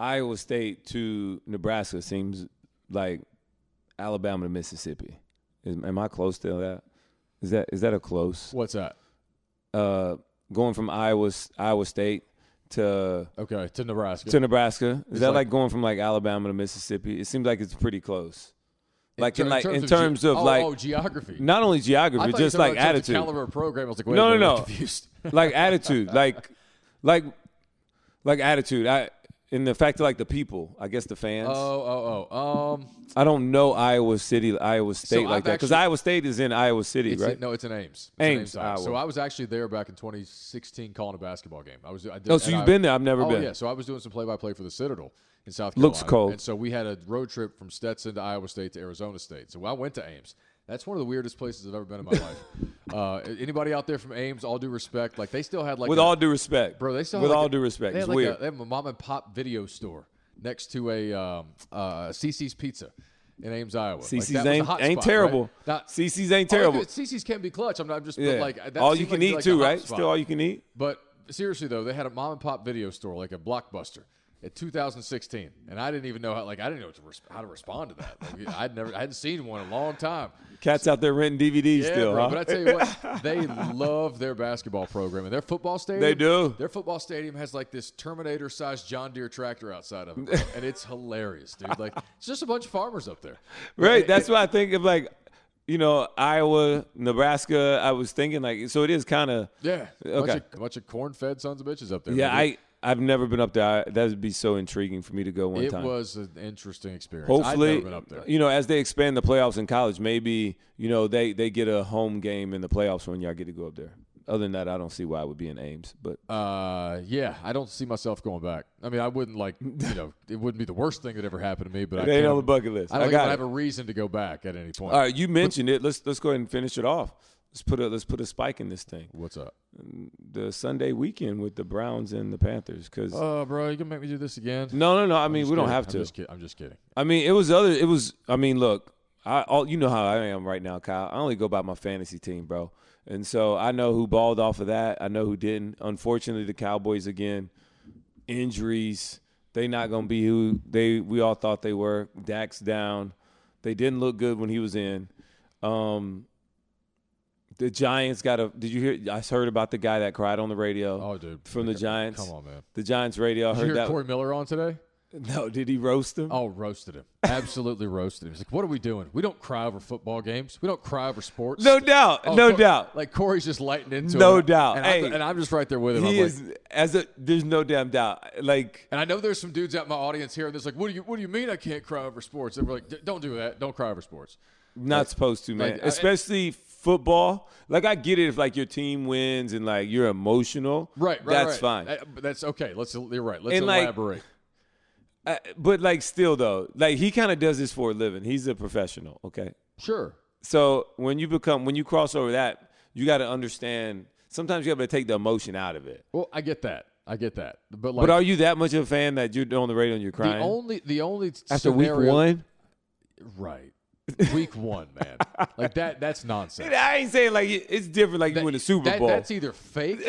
Speaker 2: Iowa State to Nebraska seems like Alabama to Mississippi. Is, am I close to that? Is that is that a close?
Speaker 1: What's that?
Speaker 2: Uh, going from Iowa s- Iowa State to
Speaker 1: Okay, to Nebraska.
Speaker 2: to Nebraska is that
Speaker 1: like-
Speaker 2: like, going from like Alabama to Mississippi? It seems like it's pretty close. Like in,
Speaker 1: ter-
Speaker 2: like in
Speaker 1: ge-
Speaker 2: terms of
Speaker 1: oh,
Speaker 2: like
Speaker 1: oh, geography.
Speaker 2: not only
Speaker 1: I
Speaker 2: geography,
Speaker 1: thought you
Speaker 2: just
Speaker 1: said, oh,
Speaker 2: like
Speaker 1: in terms of
Speaker 2: attitude.
Speaker 1: Caliber of program. I was like, wait a
Speaker 2: No, no,
Speaker 1: minute, I'm
Speaker 2: no.
Speaker 1: Confused.
Speaker 2: like attitude, like like like attitude. I in the fact of like the people, I guess the fans.
Speaker 1: oh, oh, oh. Um,
Speaker 2: I don't know Iowa City, Iowa State
Speaker 1: I've
Speaker 2: like that because
Speaker 1: actually-
Speaker 2: Iowa State is in Iowa City,
Speaker 1: It's
Speaker 2: right?
Speaker 1: in- no, it's in Ames. It's in
Speaker 2: Ames, Ah,
Speaker 1: Iowa. So
Speaker 2: Iowa.
Speaker 1: I was actually there back in 2016 calling a basketball game. I was. I did,
Speaker 2: oh, so
Speaker 1: and
Speaker 2: you've
Speaker 1: I-
Speaker 2: been there? I've never
Speaker 1: oh,
Speaker 2: been.
Speaker 1: yeah. So I was doing some play-by-play for the Citadel in South Carolina.
Speaker 2: Looks cold.
Speaker 1: And so we had a road trip from Stetson to Iowa State to Arizona State. So I went to Ames. That's one of the weirdest places I've ever been in my life. Uh, anybody out there from Ames? All due respect, like they still had like
Speaker 2: With
Speaker 1: a-
Speaker 2: all due respect,
Speaker 1: Bro, they still
Speaker 2: with
Speaker 1: have, like,
Speaker 2: all
Speaker 1: a-
Speaker 2: due respect,
Speaker 1: They,
Speaker 2: it's
Speaker 1: had, like,
Speaker 2: weird.
Speaker 1: A, they have a mom and pop video store next to a um, uh, CC's Pizza in Ames, Iowa. Like,
Speaker 2: CC's
Speaker 1: that was a
Speaker 2: ain't,
Speaker 1: hot
Speaker 2: ain't
Speaker 1: spot,
Speaker 2: terrible.
Speaker 1: right? Not-
Speaker 2: CC's ain't
Speaker 1: Oh,
Speaker 2: terrible.
Speaker 1: dude, CC's can be clutch. I'm not I'm just but
Speaker 2: yeah.
Speaker 1: like that
Speaker 2: all you
Speaker 1: seemed like to
Speaker 2: can
Speaker 1: be
Speaker 2: eat
Speaker 1: like
Speaker 2: too,
Speaker 1: the hot
Speaker 2: right?
Speaker 1: spot.
Speaker 2: Still all you can eat.
Speaker 1: But seriously though, they had a mom and pop video store like a blockbuster at 2016, and I didn't even know how. Like I didn't know what to resp- how to respond to that. Like, I'd never, I hadn't seen one in a long time.
Speaker 2: Cats out there renting DVDs
Speaker 1: Yeah,
Speaker 2: still.
Speaker 1: bro,
Speaker 2: huh?
Speaker 1: but I tell you what, they love their basketball program and their football stadium.
Speaker 2: They do.
Speaker 1: Their football stadium has like this Terminator-sized John Deere tractor outside of it, bro, and it's hilarious, dude. Like it's just a bunch of farmers up there.
Speaker 2: Right. That's what I think of like, you know, Iowa, Nebraska. I was thinking like, so it is kind of.
Speaker 1: Yeah, a
Speaker 2: Okay.
Speaker 1: bunch of, a bunch of corn-fed sons of bitches up there.
Speaker 2: Yeah,
Speaker 1: baby.
Speaker 2: I I've never been up there. I, that would be so intriguing for me to go one
Speaker 1: It
Speaker 2: time.
Speaker 1: was an interesting experience. I've
Speaker 2: Hopefully,
Speaker 1: never been up there.
Speaker 2: you know, as they expand the playoffs in college, maybe you know they they get a home game in the playoffs when y'all get to go up there. Other than that, I don't see why it would be in Ames. But
Speaker 1: Uh, yeah, I don't see myself going back. I mean, I wouldn't like, you know, it wouldn't be the worst thing that ever happened to me, but I
Speaker 2: it ain't
Speaker 1: can't-
Speaker 2: on the bucket list.
Speaker 1: I
Speaker 2: I,
Speaker 1: don't think
Speaker 2: got
Speaker 1: I
Speaker 2: it.
Speaker 1: have a reason to go back at any point.
Speaker 2: All right, you mentioned it. Let's let's go ahead and finish it off. Let's put a let's put a spike in this thing.
Speaker 1: What's up?
Speaker 2: The Sunday weekend with the Browns and the Panthers. Because
Speaker 1: Oh, bro, you gonna make me do this again?
Speaker 2: no, no, no. I mean, we don't have
Speaker 1: I'm
Speaker 2: to.
Speaker 1: just kid- I'm just kidding.
Speaker 2: I mean, it was other. It was. I mean, look. I all you know how I am right now, Kyle. I only go by my fantasy team, bro. And so I know who balled off of that. I know who didn't. Unfortunately, the Cowboys again, injuries. They not gonna be who they we all thought they were. Dak's down. They didn't look good when he was in. Um, the Giants got a. Did you hear? I heard about the guy that cried on the radio
Speaker 1: Oh, dude,
Speaker 2: from the Giants.
Speaker 1: Come on, man.
Speaker 2: The Giants radio. I
Speaker 1: Did you
Speaker 2: heard
Speaker 1: hear
Speaker 2: that.
Speaker 1: Corey Miller on today?
Speaker 2: no, did he roast him?
Speaker 1: Oh, roasted him. Absolutely roasted him. He's like, "What are we doing? We don't cry over football games. We don't cry over sports.
Speaker 2: No doubt.
Speaker 1: Oh,
Speaker 2: no
Speaker 1: Cor-
Speaker 2: doubt.
Speaker 1: Like Corey's just lighting into
Speaker 2: No
Speaker 1: it.
Speaker 2: doubt.
Speaker 1: And,
Speaker 2: Hey.
Speaker 1: I'm, and I'm just right there with him. I'm
Speaker 2: He
Speaker 1: like,
Speaker 2: is as a. There's no damn doubt. Like
Speaker 1: And I know there's some dudes out in my audience here that's like, "What do you What do you mean I can't cry over sports?" And we're like, "D- "Don't do that. Don't cry over sports."
Speaker 2: not supposed to, man.
Speaker 1: like, I-
Speaker 2: Especially football. Like I get it if like your team wins and like you're emotional.
Speaker 1: Right, right.
Speaker 2: That's
Speaker 1: right.
Speaker 2: fine.
Speaker 1: Uh, but that's okay. Let's. You're right. Let's
Speaker 2: And, like-
Speaker 1: elaborate.
Speaker 2: Uh, but like still though, like he kind of does this for a living. He's a professional. Okay.
Speaker 1: sure.
Speaker 2: So when you become when you cross over that, you got to understand. Sometimes you have to take the emotion out of it.
Speaker 1: Well, I get that. I get that. But like
Speaker 2: But are you that much of a fan that you're on the radio and you're
Speaker 1: the
Speaker 2: crying
Speaker 1: only the only
Speaker 2: after week
Speaker 1: scenario-
Speaker 2: one?
Speaker 1: right? Week one, man. like that. That's nonsense.
Speaker 2: I ain't saying like it- it's different. Like
Speaker 1: That-
Speaker 2: you win a Super
Speaker 1: that-
Speaker 2: Bowl.
Speaker 1: That's either fake.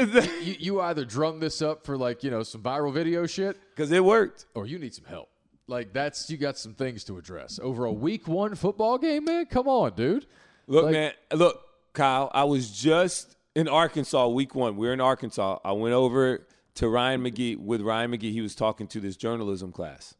Speaker 1: you, you either drum this up for like you know some viral video shit,
Speaker 2: because it worked.
Speaker 1: or you need some help. Like that's you got some things to address over a week one football game, man. Come on, dude.
Speaker 2: Look,
Speaker 1: Like-
Speaker 2: man, look, Kyle, I was just in Arkansas week one. We are in Arkansas. I went over to Ryan McGee with Ryan McGee. He was talking to this journalism class.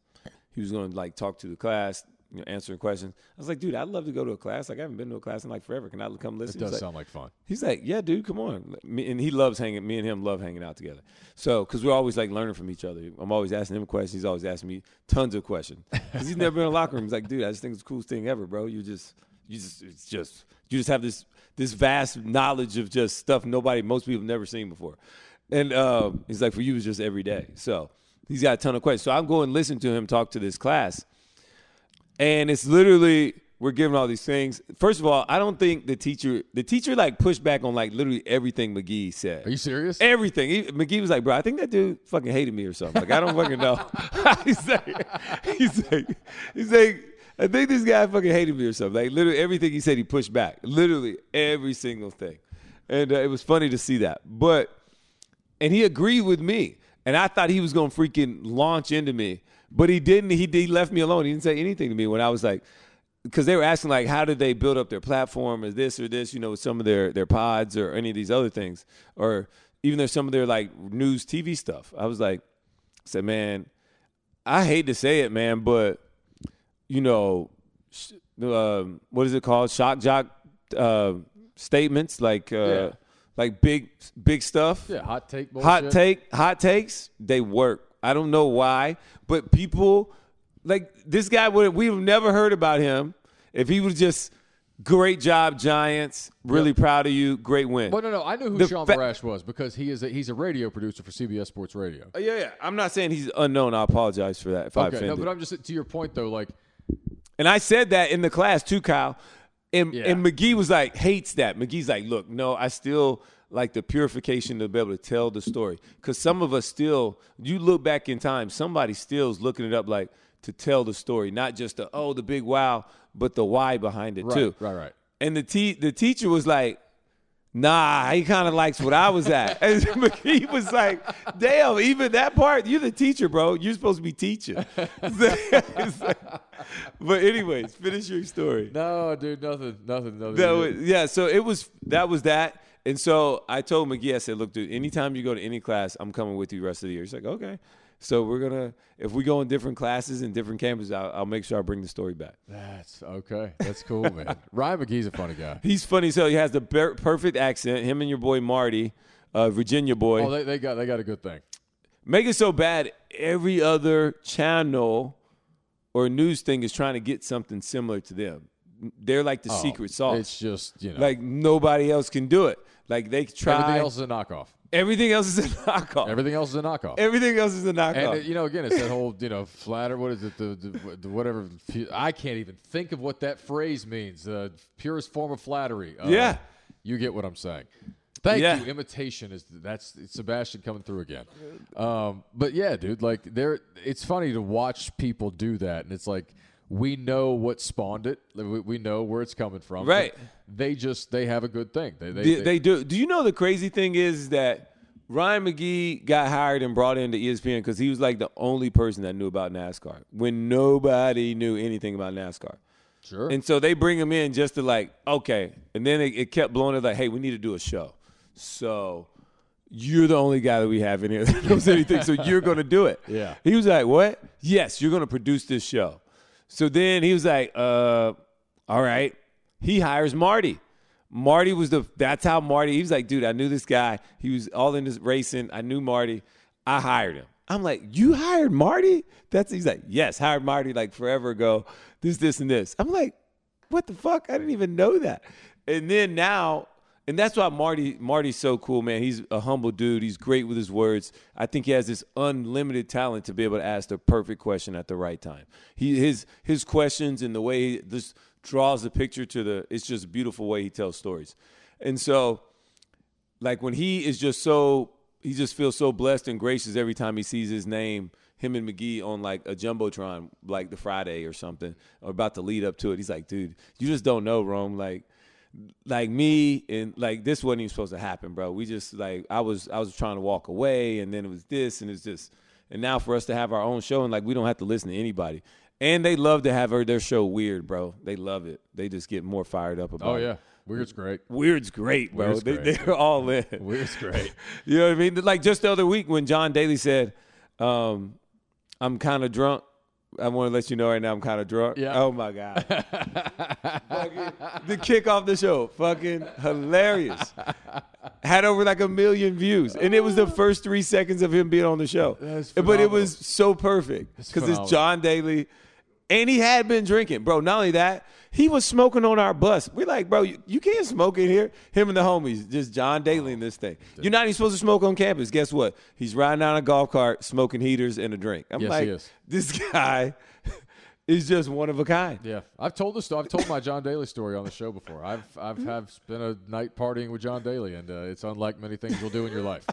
Speaker 2: He was going to like talk to the class, you know, answering questions. I was like, dude, I'd love to go to a class. Like, I haven't been to a class in like forever. Can I come listen?
Speaker 1: It
Speaker 2: He's
Speaker 1: does
Speaker 2: like,
Speaker 1: sound like fun.
Speaker 2: He's like, yeah, dude, come on. Me, and he loves hanging. Me and him love hanging out together. So, because we're always like learning from each other. I'm always asking him questions. He's always asking me tons of questions. Because he's never been in a locker room. He's like, dude, I just think it's the coolest thing ever, bro. You just, you just, it's just, you just have this this vast knowledge of just stuff nobody, most people have never seen before. And um, he's like, for you, it's just every day. So he's got a ton of questions. So I'm going to listen to him talk to this class. And it's literally we're given all these things. First of all, I don't think the teacher the teacher like pushed back on like literally everything McGee said.
Speaker 1: Are you serious?
Speaker 2: Everything. He, McGee was like, bro, I think that dude fucking hated me or something. Like, I don't fucking know. he's like, he's like, he's like, I think this guy fucking hated me or something. Like, literally everything he said, he pushed back. Literally every single thing. And uh, it was funny to see that. But, and he agreed with me. And I thought he was going to freaking launch into me. But he didn't. He, he left me alone. He didn't say anything to me when I was like, because they were asking like how did they build up their platform is this or this you know with some of their their pods or any of these other things or even there's some of their like news tv stuff i was like I said man i hate to say it man but you know sh- um, what is it called shock jock uh, statements like uh,
Speaker 1: Yeah.
Speaker 2: like big big stuff
Speaker 1: yeah, hot take. Bullshit.
Speaker 2: hot take hot takes they work i don't know why but people like this guy would we've never heard about him if he was just great job giants really proud of you great win
Speaker 1: Well, no, no. I knew who
Speaker 2: The
Speaker 1: Sean
Speaker 2: fa-
Speaker 1: Barash was because he is a, he's a radio producer for CBS Sports Radio.
Speaker 2: Uh, yeah yeah i'm not saying he's unknown i apologize for that if i
Speaker 1: Okay,
Speaker 2: offended
Speaker 1: no, but I'm just to your point though. Like,
Speaker 2: and i said that in the class too kyle and,
Speaker 1: Yeah.
Speaker 2: and mcgee was like hates that mcgee's like look no i still like the purification to be able to tell the story because some of us still you look back in time somebody still is looking it up like to tell the story not just the oh the big wow but the why behind it
Speaker 1: right,
Speaker 2: too
Speaker 1: right, right.
Speaker 2: And the te- the teacher was like, Nah, he kind of likes what I was at. he was like, damn, even that part, you're the teacher, bro. You're supposed to be teaching. It's like- but anyways, finish your story.
Speaker 1: No, dude, nothing, nothing, nothing.
Speaker 2: That was, yeah, so it was that was that. And so I told McGee, I said, look, dude, anytime you go to any class, I'm coming with you the rest of the year. He's like, okay. So we're gonna if we go in different classes and different campuses, I'll, I'll make sure I bring the story back.
Speaker 1: That's okay. That's cool, man. Ryan McGee's a funny guy.
Speaker 2: He's funny as hell. He has the per- perfect accent. Him and your boy Marty, uh, Virginia boy.
Speaker 1: Oh, they, they got they got a good thing.
Speaker 2: make it so bad every other channel or news thing is trying to get something similar to them. They're like the
Speaker 1: Oh,
Speaker 2: secret sauce.
Speaker 1: It's just you know
Speaker 2: like nobody else can do it. Like they try
Speaker 1: everything else is a knockoff.
Speaker 2: everything else is a knockoff.
Speaker 1: Everything else is a knockoff.
Speaker 2: everything else is a
Speaker 1: and
Speaker 2: knockoff.
Speaker 1: uh, you know, again, it's that whole you know flatter. What is it? The, the, the whatever. I can't even think of what that phrase means. The purest form of flattery. Uh,
Speaker 2: Yeah.
Speaker 1: you get what I'm saying. Thank
Speaker 2: Yeah.
Speaker 1: you. Imitation is that's it's Sebastian coming through again. Um, but yeah, dude, like there, it's funny to watch people do that, and it's like we know what spawned it. Like, We, we know where it's coming from.
Speaker 2: Right.
Speaker 1: They just they have a good thing. They they,
Speaker 2: they,
Speaker 1: they,
Speaker 2: they do. Do you know the crazy thing is that Ryan McGee got hired and brought E into ESPN because he was like the only person that knew about NASCAR when nobody knew anything about NASCAR.
Speaker 1: sure.
Speaker 2: And so they bring him in just to like, okay. And then it, it kept blowing up like, hey, we need to do a show. So you're the only guy that we have in here that knows anything. So you're going to do it.
Speaker 1: Yeah.
Speaker 2: He was like, what? Yes, you're going to produce this show. So then he was like, uh, all right. He hires Marty. Marty was the, that's how Marty, he was like, dude, I knew this guy. He was all in this racing. I knew Marty. I hired him. I'm like, you hired Marty? That's, he's like, yes, hired Marty like forever ago. This, this, and this. I'm like, what the fuck? I didn't even know that. And then now, and that's why Marty Marty's so cool, man. He's a humble dude. He's great with his words. I think he has this unlimited talent to be able to ask the perfect question at the right time. He his his questions and the way he just draws the picture to the it's just a beautiful way he tells stories. And so like when he is just so he just feels so blessed and gracious every time he sees his name him and McGee on like a jumbotron like the Friday or something or about to lead up to it he's like dude you just don't know Rome like like me and like this wasn't even supposed to happen bro we just like I was I was trying to walk away and then it was this and it's just and now for us to have our own show and like we don't have to listen to anybody and they love to have her, their show weird bro they love it they just get more fired up about
Speaker 1: oh
Speaker 2: it.
Speaker 1: yeah, weird's great.
Speaker 2: Weird's great, bro.
Speaker 1: Weird's
Speaker 2: they,
Speaker 1: great.
Speaker 2: They're all in.
Speaker 1: Weird's great.
Speaker 2: You know what I mean? Like just the other week when John Daly said, um, "I'm kind of drunk." I want to let you know right now, I'm kind of drunk.
Speaker 1: Yeah.
Speaker 2: Oh my god. Fucking- the kick off the show, fucking hilarious. Had over like a million views, and it was the first three seconds of him being on the show.
Speaker 1: That's
Speaker 2: But it
Speaker 1: phenomenal.
Speaker 2: was so perfect because
Speaker 1: phenomenal.
Speaker 2: it's John Daly. And he had been drinking, bro. Not only that, he was smoking on our bus. We're like, bro, you, you can't smoke in here. Him and the homies, just John Daly in this thing. You're not even supposed to smoke on campus. Guess what? He's riding on a golf cart, smoking heaters and a drink. I'm
Speaker 1: Yes, he
Speaker 2: like,
Speaker 1: is.
Speaker 2: this guy is just one of a kind.
Speaker 1: Yeah, I've told this. I've told my John Daly story on the show before. I've I've
Speaker 2: Mm-hmm.
Speaker 1: have spent a night partying with John Daly, and uh, it's unlike many things you'll do in your life.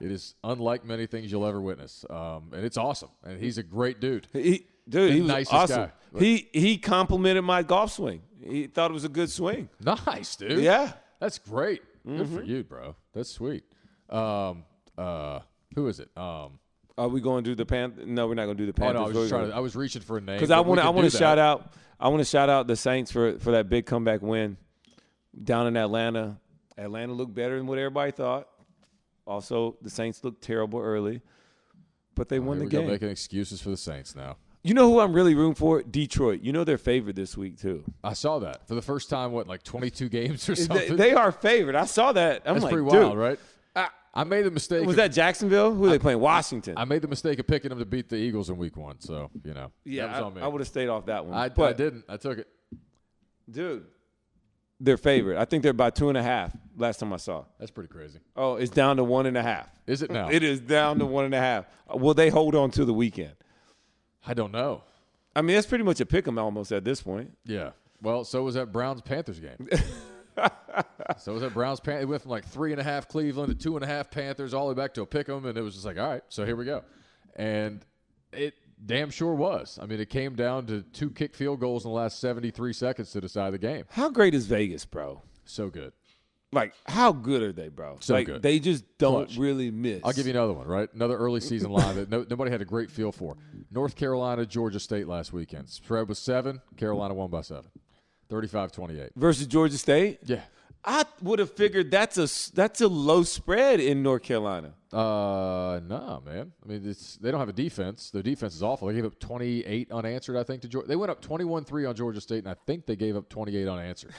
Speaker 1: It is unlike many things you'll ever witness, um, and it's awesome. And he's a great dude.
Speaker 2: He, dude, he was
Speaker 1: nicest
Speaker 2: awesome.
Speaker 1: guy.
Speaker 2: He he complimented my golf swing. He thought it was a good swing.
Speaker 1: Nice, dude.
Speaker 2: Yeah. Mm-hmm.
Speaker 1: that's great. Good for you, bro. That's sweet. Um, uh, who is it? Um,
Speaker 2: Are we going to do the Panthers? No, we're not going to do the
Speaker 1: oh
Speaker 2: Panthers.
Speaker 1: no, I was just trying to. I was reaching for a name
Speaker 2: because I want to. I want to shout
Speaker 1: out.
Speaker 2: out. I want to shout out the Saints for for that big comeback win down in Atlanta. Atlanta looked better than what everybody thought. Also, the Saints looked terrible early, but they won the
Speaker 1: Oh, we go,
Speaker 2: game.
Speaker 1: making excuses for the Saints now.
Speaker 2: you know who I'm really rooting for? Detroit. You know they're favored this week too.
Speaker 1: I saw that for the first time. What like twenty two games or
Speaker 2: They,
Speaker 1: something?
Speaker 2: they are favored. I saw that. I'm
Speaker 1: That's
Speaker 2: like,
Speaker 1: pretty
Speaker 2: dude,
Speaker 1: wild, right? I, made the mistake.
Speaker 2: was
Speaker 1: of-
Speaker 2: that Jacksonville? Who are they playing? Washington.
Speaker 1: I made the mistake of picking them to beat the Eagles in Week One, so you know.
Speaker 2: yeah,
Speaker 1: that was
Speaker 2: I-
Speaker 1: on me.
Speaker 2: I, would have stayed off that one.
Speaker 1: I,
Speaker 2: but
Speaker 1: I didn't. I took it.
Speaker 2: dude, they're favored. I think they're by two and a half. Last time I saw.
Speaker 1: That's pretty crazy.
Speaker 2: Oh, it's down to one and a half.
Speaker 1: Is it now?
Speaker 2: It is down to one and a half. Uh, Will they hold on to the weekend?
Speaker 1: I don't know.
Speaker 2: I mean, that's pretty much a pick 'em almost at this point.
Speaker 1: Yeah. Well, so was that Browns Panthers game. so was that Browns Panthers. It went from like three and a half Cleveland to two and a half Panthers, all the way back to a pick 'em, and it was just like, all right, so here we go. And it damn sure was. I mean, it came down to two kick field goals in the last seventy three seconds to decide the game.
Speaker 2: How great is Vegas, bro?
Speaker 1: So good.
Speaker 2: like how good are they, bro?
Speaker 1: So
Speaker 2: like
Speaker 1: good.
Speaker 2: they just don't
Speaker 1: Clutch.
Speaker 2: really miss.
Speaker 1: I'll give you another one, right? Another early season line that no, nobody had a great feel for. North Carolina, Georgia State last weekend. Spread was seven. Carolina won by seven. 35 28.
Speaker 2: versus Georgia State.
Speaker 1: Yeah.
Speaker 2: I would have figured that's a s- that's a low spread in North Carolina.
Speaker 1: Uh, nah, man. I mean, it's, they don't have a defense. Their defense is awful. They gave up 28 unanswered, I think, to Georgia. They went up 21 3 on Georgia State, and I think they gave up 28 unanswered,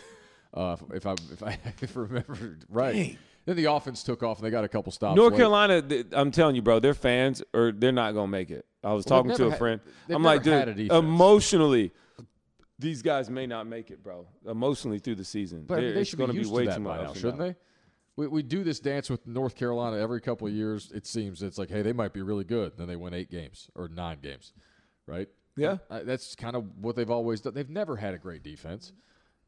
Speaker 1: uh, if- if, I, if I if I remember right. Then the offense took off, and they got a couple stops.
Speaker 2: North
Speaker 1: late.
Speaker 2: Carolina, th- I'm telling you, bro, their fans are they're not gonna make it. I was
Speaker 1: Well, they've
Speaker 2: talking to
Speaker 1: never
Speaker 2: a
Speaker 1: had-
Speaker 2: friend.
Speaker 1: they've
Speaker 2: I'm like,
Speaker 1: never had a
Speaker 2: dude,
Speaker 1: defense.
Speaker 2: emotionally, these guys may not make it, bro. Emotionally through the season,
Speaker 1: But I mean,
Speaker 2: They're-
Speaker 1: they
Speaker 2: it's
Speaker 1: should
Speaker 2: gonna
Speaker 1: be used
Speaker 2: way
Speaker 1: to that
Speaker 2: too
Speaker 1: by
Speaker 2: much.
Speaker 1: now, shouldn't they? We, we do this dance with North Carolina every couple of years. It seems it's like, hey, they might be really good. Then they win eight games or nine games, right?
Speaker 2: Yeah.
Speaker 1: Uh, that's kind of what they've always done. They've never had a great defense,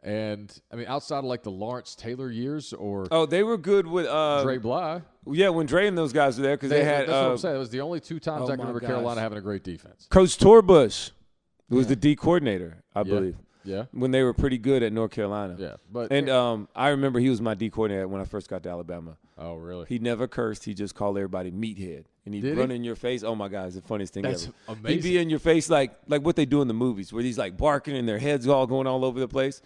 Speaker 1: and I mean, outside of like the Lawrence Taylor years or
Speaker 2: Oh, they were good with uh,
Speaker 1: Dre Bly,
Speaker 2: yeah, when Dre and those guys were there because they, had
Speaker 1: that's what
Speaker 2: uh,
Speaker 1: I'm saying. That was the only two times
Speaker 2: oh
Speaker 1: I can
Speaker 2: my
Speaker 1: remember
Speaker 2: gosh.
Speaker 1: Carolina having a great defense.
Speaker 2: Coach Torbush was the D coordinator, I
Speaker 1: Yeah.
Speaker 2: believe,
Speaker 1: Yeah,
Speaker 2: when they were pretty good at North Carolina.
Speaker 1: yeah, but
Speaker 2: And um, I remember he was my D coordinator when I first got to Alabama.
Speaker 1: oh, really?
Speaker 2: He never cursed. He just called everybody meathead, and he'd
Speaker 1: Did
Speaker 2: run
Speaker 1: he?
Speaker 2: in your face. Oh my God, it's the funniest thing
Speaker 1: That's
Speaker 2: ever. He'd
Speaker 1: amazing.
Speaker 2: be in your face like like what they do in the movies, where he's like barking and their heads all going all over the place,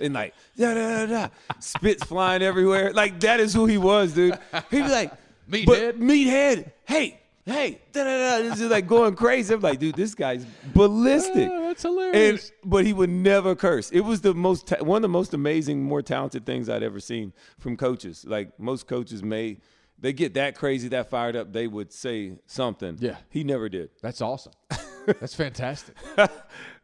Speaker 2: and like da da da da, spits flying everywhere. Like that is who he was, dude. He'd be like
Speaker 1: Meathead.
Speaker 2: but meathead. Hey. Hey, da da da! This is like going crazy. I'm like, dude, this guy's ballistic.
Speaker 1: Ah, that's hilarious.
Speaker 2: And but he would never curse. It was the most ta- one of the most amazing, more talented things I'd ever seen from coaches. Like most coaches may they get that crazy, that fired up, they would say something.
Speaker 1: Yeah.
Speaker 2: He never did.
Speaker 1: That's awesome. that's fantastic.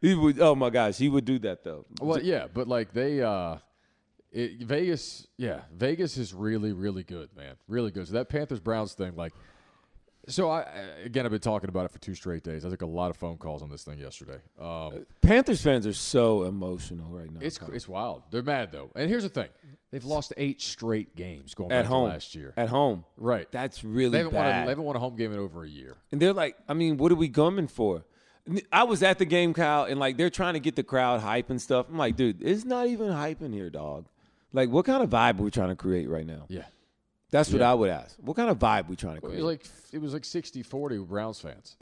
Speaker 2: he would oh my gosh, he would do that though.
Speaker 1: Well, yeah, but like they, uh, it, Vegas, yeah, Vegas is really, really good, man, really good. So that Panthers Browns thing, like, so I I- again, I've been talking about it for two straight days. I took a lot of phone calls on this thing yesterday.
Speaker 2: Uh,
Speaker 1: Um,
Speaker 2: Panthers fans are so emotional right now.
Speaker 1: it's
Speaker 2: Kyle.
Speaker 1: it's wild. They're mad though, and here's the thing: they've lost eight straight games going back
Speaker 2: at
Speaker 1: to
Speaker 2: home
Speaker 1: last year.
Speaker 2: At home.
Speaker 1: right?
Speaker 2: That's really
Speaker 1: they haven't won. A,
Speaker 2: bad.
Speaker 1: they haven't won a home game in over a year.
Speaker 2: And they're like, I mean, what are we coming for? N- I was at the game, Kyle, and like they're trying to get the crowd hype and stuff. I'm like, dude, it's not even hyping here, dog. Like, what kind of vibe are we trying to create right now?
Speaker 1: Yeah,
Speaker 2: That's what I would ask. What kind of vibe we trying to
Speaker 1: it
Speaker 2: create?
Speaker 1: was like it was like 60-40 with Browns fans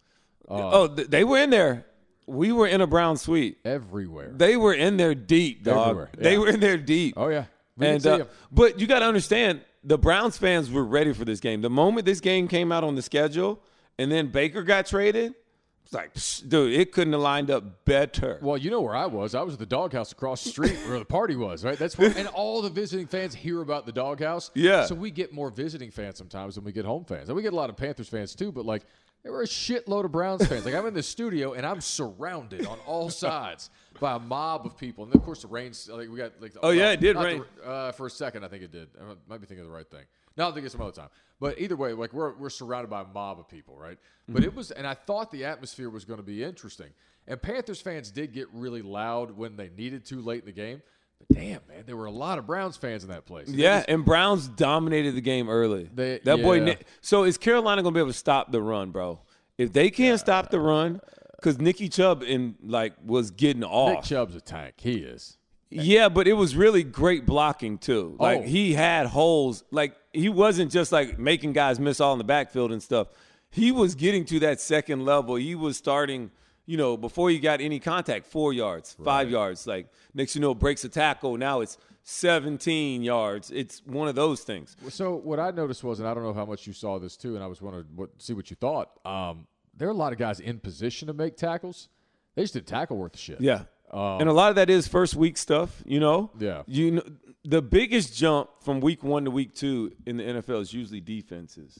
Speaker 2: oh, th- they were in there. We were in a brown suite.
Speaker 1: everywhere.
Speaker 2: They were in there deep, dog.
Speaker 1: Everywhere,
Speaker 2: They
Speaker 1: yeah.
Speaker 2: were in there deep.
Speaker 1: oh yeah, we
Speaker 2: And,
Speaker 1: can see
Speaker 2: uh,
Speaker 1: 'em.
Speaker 2: but you got to understand, the Browns fans were ready for this game. The moment this game came out on the schedule, and then Baker got traded, it's like, psh, dude, it couldn't have lined up better.
Speaker 1: Well, you know where I was. I was at the doghouse across the street where the party was, right? That's where, and all the visiting fans hear about the doghouse.
Speaker 2: Yeah.
Speaker 1: So we get more visiting fans sometimes than we get home fans. And we get a lot of Panthers fans too, but like there were a shitload of Browns fans. Like I'm in the studio and I'm surrounded on all sides by a mob of people. And then, of course, the rain's like we got like the,
Speaker 2: Oh, yeah, it did
Speaker 1: not the-
Speaker 2: rain.
Speaker 1: uh, for a second, I think it did. I might be thinking of the right thing. Now I'll think of some other time. But either way, like we're we're surrounded by a mob of people, right? But it was, and I thought the atmosphere was going to be interesting. And Panthers fans did get really loud when they needed to late in the game. But damn, man, there were a lot of Browns fans in that place. And it
Speaker 2: yeah,
Speaker 1: was-
Speaker 2: and Browns dominated the game early.
Speaker 1: They-
Speaker 2: that boy.
Speaker 1: yeah.
Speaker 2: Nick, so is Carolina gonna be able to stop the run, bro? If they can't stop the run, because Nicky Chubb and like was getting
Speaker 1: Nick
Speaker 2: off.
Speaker 1: Chubb's a tank. He is.
Speaker 2: Yeah, but it was really great blocking too. Like
Speaker 1: Oh.
Speaker 2: he had holes. Like he wasn't just like making guys miss all in the backfield and stuff. He was getting to that second level. He was starting, you know, before you got any contact, four yards, five yards. Like next you know, breaks a tackle. Now it's seventeen yards. It's one of those things.
Speaker 1: So what I noticed was, and I don't know how much you saw this too, and I was wondering what see what you thought. Um, there are a lot of guys in position to make tackles. They just did tackle worth of shit. Uh,
Speaker 2: Yeah. and a lot of that is first week stuff, you
Speaker 1: Um,
Speaker 2: know.
Speaker 1: Yeah.
Speaker 2: You know, the biggest jump from week 1 to week 2 in the NFL is usually defenses.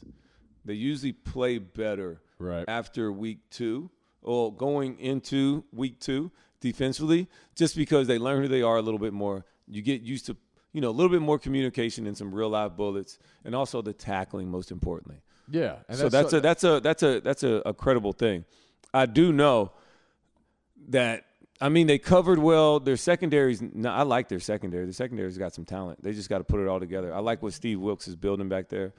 Speaker 2: They usually play better
Speaker 1: Right.
Speaker 2: after week 2 or going into week 2 defensively just because they learn who they are a little bit more. You get used to, you know, a little bit more communication and some real live bullets and also the tackling most importantly
Speaker 1: yeah. And
Speaker 2: so that's a that's a that's a that's a, a credible thing. I do know that. I mean, they covered well. Their secondaries. No, I like their secondary. Their secondary's got some talent. They just got to put it all together. I like what Steve Wilkes is building back there,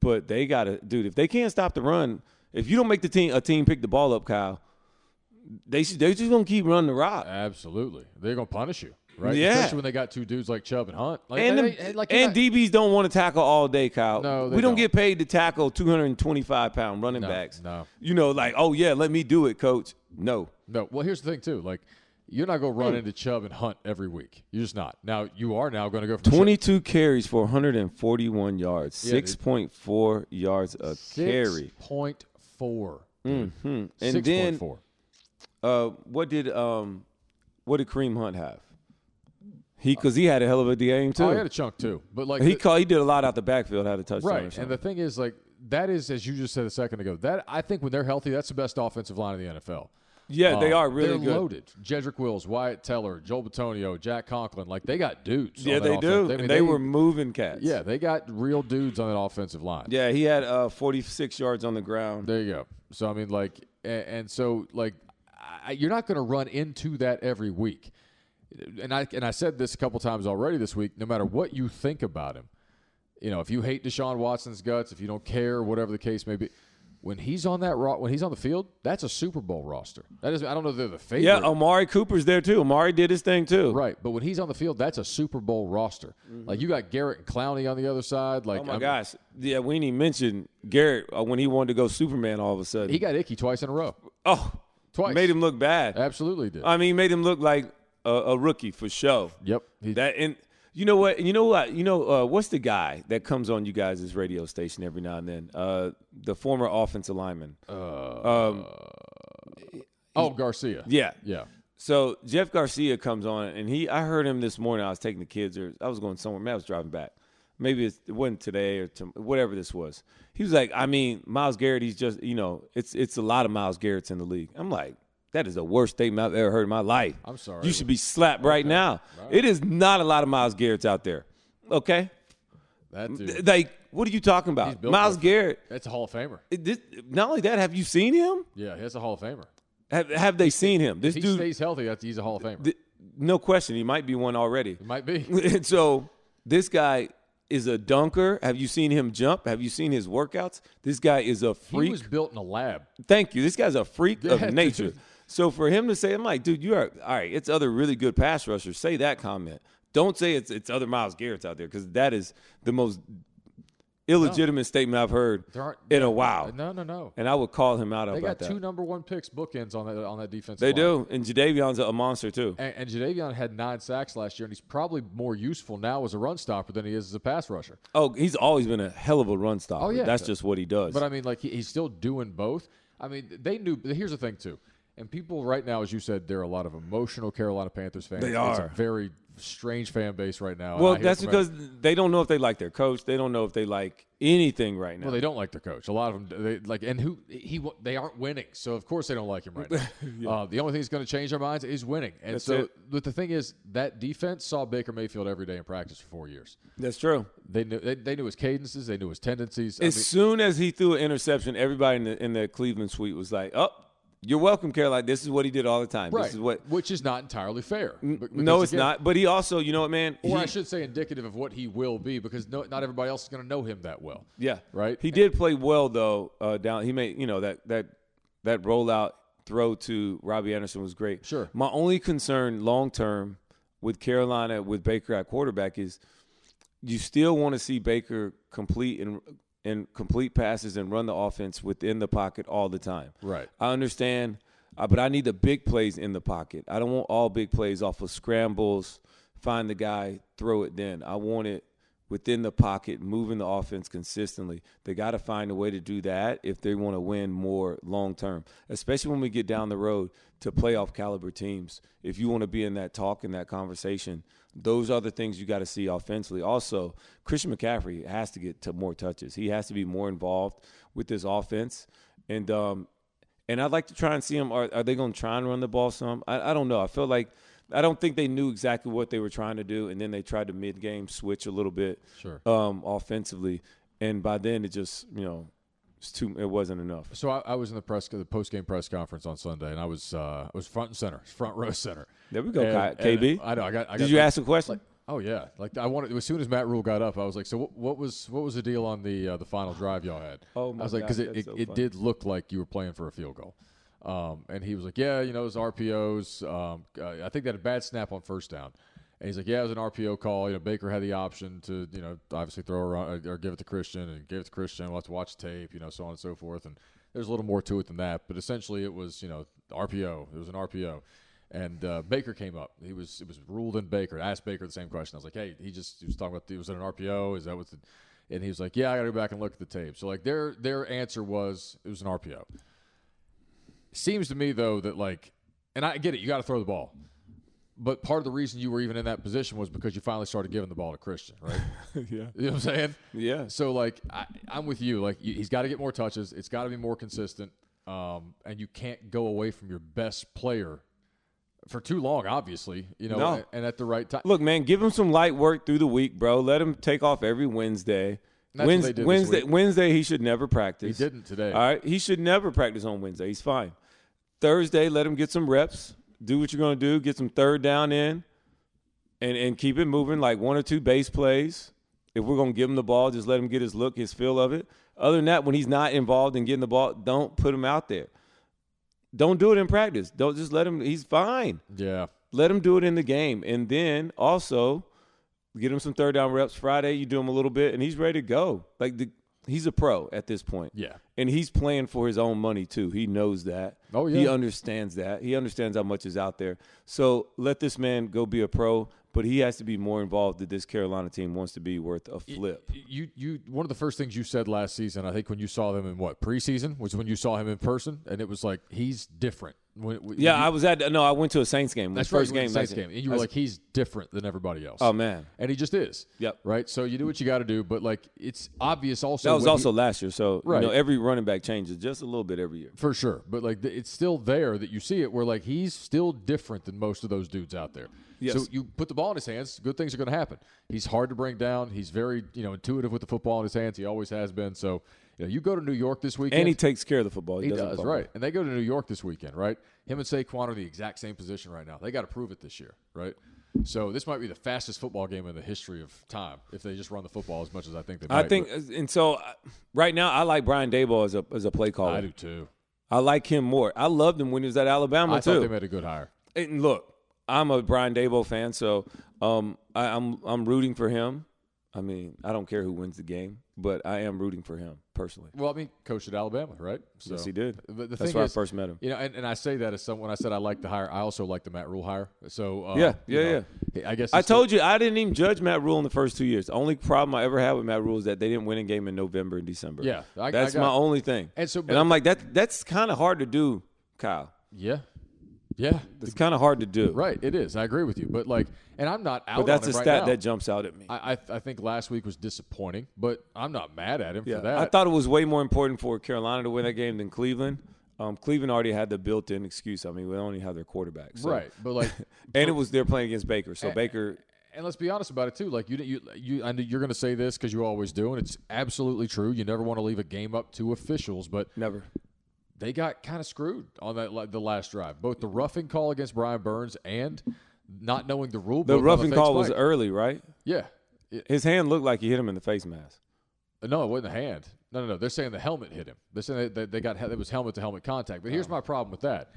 Speaker 2: but they got to, dude. If they can't stop the run, if you don't make the team, a team pick the ball up, Kyle. They should. They're just gonna keep running the rock.
Speaker 1: Absolutely. They're going to punish you. right?
Speaker 2: Yeah.
Speaker 1: Especially when they got two dudes like Chubb and Hunt. Like,
Speaker 2: And,
Speaker 1: they-
Speaker 2: them-
Speaker 1: they- like, you're
Speaker 2: and
Speaker 1: not-
Speaker 2: DBs don't want to tackle all day, Kyle.
Speaker 1: No, they
Speaker 2: we don't,
Speaker 1: don't.
Speaker 2: get paid to tackle 225 pound running
Speaker 1: No,
Speaker 2: backs.
Speaker 1: no.
Speaker 2: You know, like, oh yeah, let me do it, coach. No.
Speaker 1: No. Well, here's the thing too. Like, you're not gonna run into Chubb and Hunt every week. You're just not. Now you are now gonna go from
Speaker 2: 22 carries for 141 yards,
Speaker 1: Yeah, dude.
Speaker 2: 6.4 yards a carry. Mm-hmm.
Speaker 1: point four.
Speaker 2: And
Speaker 1: Six point
Speaker 2: then
Speaker 1: four.
Speaker 2: uh, what did um, what did Kareem Hunt have? He because he had a hell of a game too.
Speaker 1: Uh, Oh, I had a chunk too, but like
Speaker 2: he
Speaker 1: the-
Speaker 2: caught, he did a lot out the backfield, had a touchdown. Or
Speaker 1: right.
Speaker 2: something.
Speaker 1: And the thing is, like that is as you just said a second ago. That I think when they're healthy, that's the best offensive line in the NFL.
Speaker 2: yeah, they
Speaker 1: Um,
Speaker 2: are really
Speaker 1: they're
Speaker 2: good.
Speaker 1: loaded. Jedrick Wills, Wyatt Teller, Joel Batonio, Jack Conklin, like they got dudes.
Speaker 2: Yeah,
Speaker 1: on that
Speaker 2: they do.
Speaker 1: offense. Oh, I mean,
Speaker 2: and they, were moving cats.
Speaker 1: Yeah, they got real dudes on that offensive line.
Speaker 2: yeah. He had uh, 46 yards on the ground.
Speaker 1: There you go. So I mean, like, and, and so like, I, you're not going to run into that every week. And I and I said this a couple times already this week. No matter what you think about him, you know, if you hate Deshaun Watson's guts, if you don't care, whatever the case may be, when he's on that ro- when he's on the field, that's a Super Bowl roster. That is, I don't know if they're the favorite.
Speaker 2: Yeah, oh. Amari Cooper's there too. Amari did his thing too.
Speaker 1: Right, but when he's on the field, that's a Super Bowl roster. Like you got Garrett and Clowney on the other side. Like,
Speaker 2: Mm-hmm. Oh my
Speaker 1: I'm-
Speaker 2: gosh. Yeah, we didn't even mention Garrett uh, when he wanted to go Superman all of a sudden.
Speaker 1: he got icky twice in a row.
Speaker 2: oh,
Speaker 1: Twice.
Speaker 2: made him look bad.
Speaker 1: Absolutely did.
Speaker 2: I mean, made him look like a, a rookie for show.
Speaker 1: yep. He,
Speaker 2: That and you know what? You know what? You know uh, what's the guy that comes on you guys' radio station every now and then? Uh, the former offensive lineman.
Speaker 1: Uh, oh, Garcia.
Speaker 2: yeah.
Speaker 1: Yeah.
Speaker 2: So Jeff Garcia comes on, and he I heard him this morning. I was taking the kids, or I was going somewhere. Man, I was driving back. Maybe it's, it wasn't today or tom whatever this was. He was like, I mean, Miles Garrett. He's just you know, it's it's a lot of Miles Garrett's in the league. I'm like. That is the worst statement I've ever heard in my life.
Speaker 1: I'm sorry.
Speaker 2: You should be slapped right now. It is not a lot of Miles Garrett's out there. Okay?
Speaker 1: That dude.
Speaker 2: Th- Like, what are you talking about?
Speaker 1: built
Speaker 2: Miles
Speaker 1: different.
Speaker 2: Garrett.
Speaker 1: That's a Hall of Famer.
Speaker 2: it- This, not only that, have you seen him?
Speaker 1: Yeah, he's a Hall of Famer.
Speaker 2: Have, have they seen him? This
Speaker 1: If he
Speaker 2: dude,
Speaker 1: stays healthy, that's, he's a Hall of Famer.
Speaker 2: th- no question, he might be one already.
Speaker 1: Might be.
Speaker 2: And so this guy is a dunker. Have you seen him jump? Have you seen his workouts? This guy is a
Speaker 1: He
Speaker 2: freak.
Speaker 1: was built in a lab.
Speaker 2: Thank you. This guy's a freak
Speaker 1: Yeah,
Speaker 2: of nature. So for him to say, I'm like, dude, you are all right. It's other really good pass rushers. Say that comment. Don't say it's it's other Miles Garrett's out there because that is the most illegitimate statement I've heard
Speaker 1: There aren't-
Speaker 2: in a while.
Speaker 1: No, no, no.
Speaker 2: And I would call him out
Speaker 1: They
Speaker 2: about
Speaker 1: got
Speaker 2: that.
Speaker 1: two number one picks bookends on that on that defense.
Speaker 2: they do. And Jadavion's a monster too.
Speaker 1: And, and Jadavion had nine sacks last year, and he's probably more useful now as a run stopper than he is as a pass rusher.
Speaker 2: Oh, he's always been a hell of a run stopper.
Speaker 1: Oh, yeah.
Speaker 2: That's just what he does.
Speaker 1: But I mean, like he, he's still doing both. I mean, they knew. Here's the thing, too. And people right now, as you said, there are a lot of emotional Carolina Panthers fans.
Speaker 2: They
Speaker 1: It's
Speaker 2: are.
Speaker 1: a very strange fan base right now. and I
Speaker 2: well,
Speaker 1: hear
Speaker 2: that's
Speaker 1: from every-
Speaker 2: because they don't know if they like their coach. They don't know if they like anything right now.
Speaker 1: Well, they don't like their coach. A lot of them, they, like, and who he wa- they aren't winning, so of course they don't like him right now. uh, the only thing that's going to change their minds is winning. And so, but the thing is, that defense saw Baker Mayfield every day in practice for four years.
Speaker 2: that's true.
Speaker 1: They knew they, they knew his cadences, they knew his tendencies. I
Speaker 2: As
Speaker 1: mean,
Speaker 2: soon as he threw an interception, everybody in the, in the Cleveland suite was like, "Oh, you're welcome, Caroline. This is what he did all the time.
Speaker 1: right,
Speaker 2: This is what."
Speaker 1: which is not entirely fair. be-
Speaker 2: No,
Speaker 1: because
Speaker 2: it's
Speaker 1: again-
Speaker 2: not. But he also, you know what, man?
Speaker 1: Or
Speaker 2: He-
Speaker 1: I should say, indicative of what he will be, because no, not everybody else is going to know him that well.
Speaker 2: yeah,
Speaker 1: Right?
Speaker 2: He did play well though. Uh, down, he made you know that that that rollout throw to Robbie Anderson was great.
Speaker 1: Sure.
Speaker 2: My only concern long term with Carolina with Baker at quarterback is you still want to see Baker complete and and complete passes and run the offense within the pocket all the time.
Speaker 1: Right.
Speaker 2: I understand, uh, but I need the big plays in the pocket. I don't want all big plays off of scrambles. Find the guy, throw it. Then I want it within the pocket, moving the offense consistently. They got to find a way to do that if they want to win more long term, especially when we get down the road to playoff caliber teams. If you want to be in that talk and that conversation, those are the things you got to see offensively. Also, Christian McCaffrey has to get to more touches. He has to be more involved with this offense. And um, and I'd like to try and see them. Are, are they going to try and run the ball some? I, I don't know. I feel like I don't think they knew exactly what they were trying to do, and then they tried to mid game switch a little bit,
Speaker 1: Sure.
Speaker 2: um, offensively, and by then it just you know, it's too it wasn't enough.
Speaker 1: So I, I was in the press, the post game press conference on Sunday, and I was uh, I was front and center, front row center.
Speaker 2: There we go,
Speaker 1: And-
Speaker 2: Ki- KB.
Speaker 1: and I know. I got. I
Speaker 2: Did
Speaker 1: got
Speaker 2: you
Speaker 1: the-
Speaker 2: ask a question?
Speaker 1: Oh yeah. Like I wanted as soon as Matt Rule got up, I was like, so what, what was what was the deal on the uh, the final drive y'all had?
Speaker 2: Oh, my
Speaker 1: I was like, because
Speaker 2: God,
Speaker 1: it it,
Speaker 2: that's so
Speaker 1: it
Speaker 2: funny.
Speaker 1: did look like you were playing for a field goal. Um, and he was like, yeah, you know, it was RPOs. Um, uh, I think they had a bad snap on first down. And he's like, yeah, it was an RPO call. You know, Baker had the option to, you know, obviously throw around or give it to Christian and give it to Christian. We'll have to watch tape, you know, so on and so forth. And there's a little more to it than that, but essentially it was, you know, RPO. It was an RPO, and uh, Baker came up. He was it was ruled in Baker. I asked Baker the same question. I was like, hey, he just he was talking about was it an RPO? Is that what? The, and he was like, yeah, I got to go back and look at the tape. So like their their answer was it was an RPO. Seems to me though that like, and I get it, you got to throw the ball but part of the reason you were even in that position was because you finally started giving the ball to Christian, right?
Speaker 2: yeah.
Speaker 1: you know what I'm saying?
Speaker 2: Yeah.
Speaker 1: So like, I, I'm with you. Like, you, he's got to get more touches. It's got to be more consistent. Um, and you can't go away from your best player for too long, obviously. You know,
Speaker 2: No.
Speaker 1: and, and at the right time.
Speaker 2: Look, man, give him some light work through the week, bro. Let him take off every Wednesday.
Speaker 1: that's what
Speaker 2: Wednes-
Speaker 1: they did this
Speaker 2: Wednesday,
Speaker 1: week.
Speaker 2: Wednesday, he should never practice.
Speaker 1: He didn't today.
Speaker 2: All right, he should never practice on Wednesday. He's fine. Thursday, let him get some reps. Do what you're gonna do. Get some third down in, and and keep it moving. Like one or two base plays. If we're gonna give him the ball, just let him get his look, his feel of it. Other than that, when he's not involved in getting the ball, don't put him out there. Don't do it in practice. Don't just let him. He's fine
Speaker 1: yeah.
Speaker 2: let him do it in the game. And then also get him some third down reps. Friday, you do him a little bit, and he's ready to go. Like the, he's a pro at this point.
Speaker 1: Yeah.
Speaker 2: And he's playing for his own money too. He knows that.
Speaker 1: Oh,
Speaker 2: He
Speaker 1: yeah.
Speaker 2: understands that. He understands how much is out there. So let this man go be a pro, but he has to be more involved if this Carolina team wants to be worth a flip.
Speaker 1: You, you, one of the first things you said last season, I think, when you saw them in what preseason was when you saw him in person, and it was like he's different. When, when
Speaker 2: Yeah,
Speaker 1: you-
Speaker 2: I was at no, I went to a Saints game.
Speaker 1: that's
Speaker 2: the first
Speaker 1: right,
Speaker 2: game.
Speaker 1: Saints
Speaker 2: last
Speaker 1: game, and you were
Speaker 2: That's-
Speaker 1: like, he's different than everybody else.
Speaker 2: oh man.
Speaker 1: and he just is.
Speaker 2: Yep.
Speaker 1: Right. So you do what you got to do, but like it's obvious also
Speaker 2: That was
Speaker 1: when he-
Speaker 2: also last year. So
Speaker 1: Right.
Speaker 2: you know, every running back changes just a little bit every year.
Speaker 1: for sure, but like th- it's still there that you see it where like he's still different than most of those dudes out there. So
Speaker 2: Yes.
Speaker 1: you put the ball in his hands, good things are going to happen. He's hard to bring down. He's very you know intuitive with the football in his hands. He always has been. So you know you go to New York this weekend.
Speaker 2: And he takes care of the football. He,
Speaker 1: He
Speaker 2: doesn't
Speaker 1: does,
Speaker 2: fumble.
Speaker 1: right. And they go to New York this weekend, right? Him and Saquon are the exact same position right now. They got to prove it this year, right? So this might be the fastest football game in the history of time if they just run the football as much as I think they might.
Speaker 2: I think, and so uh, right now, I like Brian Dayball as a as a play
Speaker 1: but I
Speaker 2: caller.
Speaker 1: do too.
Speaker 2: I, like him more. I loved him when he was at Alabama
Speaker 1: I thought they
Speaker 2: too.
Speaker 1: made a good hire.
Speaker 2: and look, I'm a Brian Dayball fan, so um, I, I'm I'm rooting for him. I mean, I don't care who wins the game, but I am rooting for him personally.
Speaker 1: Well, I mean, coached at Alabama, right? So,
Speaker 2: Yes, he did.
Speaker 1: But the
Speaker 2: That's
Speaker 1: thing
Speaker 2: where
Speaker 1: is,
Speaker 2: I first met him.
Speaker 1: you know, and, and I say that as someone. I said I like the hire. I also like the Matt Rule hire. So uh,
Speaker 2: Yeah,
Speaker 1: you
Speaker 2: yeah,
Speaker 1: know, I guess
Speaker 2: I
Speaker 1: it's the-
Speaker 2: told you I didn't even judge Matt Rule in the first two years. The only problem I ever had with Matt Rule is that they didn't win a game in November and December.
Speaker 1: Yeah, I- I
Speaker 2: that's
Speaker 1: got
Speaker 2: my
Speaker 1: it.
Speaker 2: only thing.
Speaker 1: And so-
Speaker 2: and I'm like that. That's kind of hard to do, Kyle.
Speaker 1: yeah, yeah,
Speaker 2: It's kind of hard to do.
Speaker 1: right. It is. I agree with you. But like, and I'm not out.
Speaker 2: But that's
Speaker 1: on
Speaker 2: a
Speaker 1: him right
Speaker 2: stat
Speaker 1: now.
Speaker 2: that jumps out at me.
Speaker 1: I, I I think last week was disappointing, but I'm not mad at him for that.
Speaker 2: I thought it was way more important for Carolina to win that game than Cleveland. Um, Cleveland already had the built-in excuse. I mean, we only have their quarterback, so.
Speaker 1: right, but like,
Speaker 2: And it was they're playing against Baker, so Baker.
Speaker 1: and let's be honest about it too. Like you you you I know you're going to say this because you always do, and it's absolutely true. You never want to leave a game up to officials, but
Speaker 2: Never.
Speaker 1: they got kind of screwed on that like, the last drive. Both the roughing call against Brian Burns and not knowing the rule.
Speaker 2: The
Speaker 1: book on
Speaker 2: roughing
Speaker 1: fake
Speaker 2: call was
Speaker 1: spike.
Speaker 2: early, right?
Speaker 1: yeah. It-
Speaker 2: His hand looked like he hit him in the face mask.
Speaker 1: no, it wasn't the hand. No, no, no. They're saying the helmet hit him. They're saying that they, they got it was helmet to helmet contact. But
Speaker 2: Oh.
Speaker 1: here's my problem with that.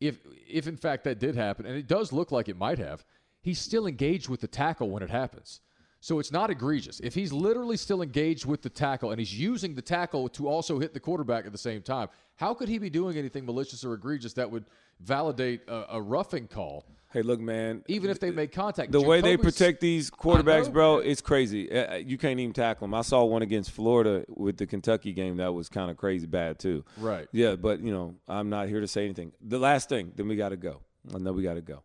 Speaker 1: If if in fact that did happen, and it does look like it might have, he's still engaged with the tackle when it happens. So it's not egregious. If he's literally still engaged with the tackle and he's using the tackle to also hit the quarterback at the same time, how could he be doing anything malicious or egregious that would validate a, a roughing call,
Speaker 2: Hey, look, man.
Speaker 1: even if they made contact?
Speaker 2: the way they
Speaker 1: Jacoby's-
Speaker 2: protect these quarterbacks,
Speaker 1: know.
Speaker 2: bro, it's crazy. Uh, You can't even tackle them. I saw one against Florida with the Kentucky game that was kind of crazy bad too.
Speaker 1: Right.
Speaker 2: Yeah, but you know, I'm not here to say anything. The last thing, then we got to go. I know we got to go.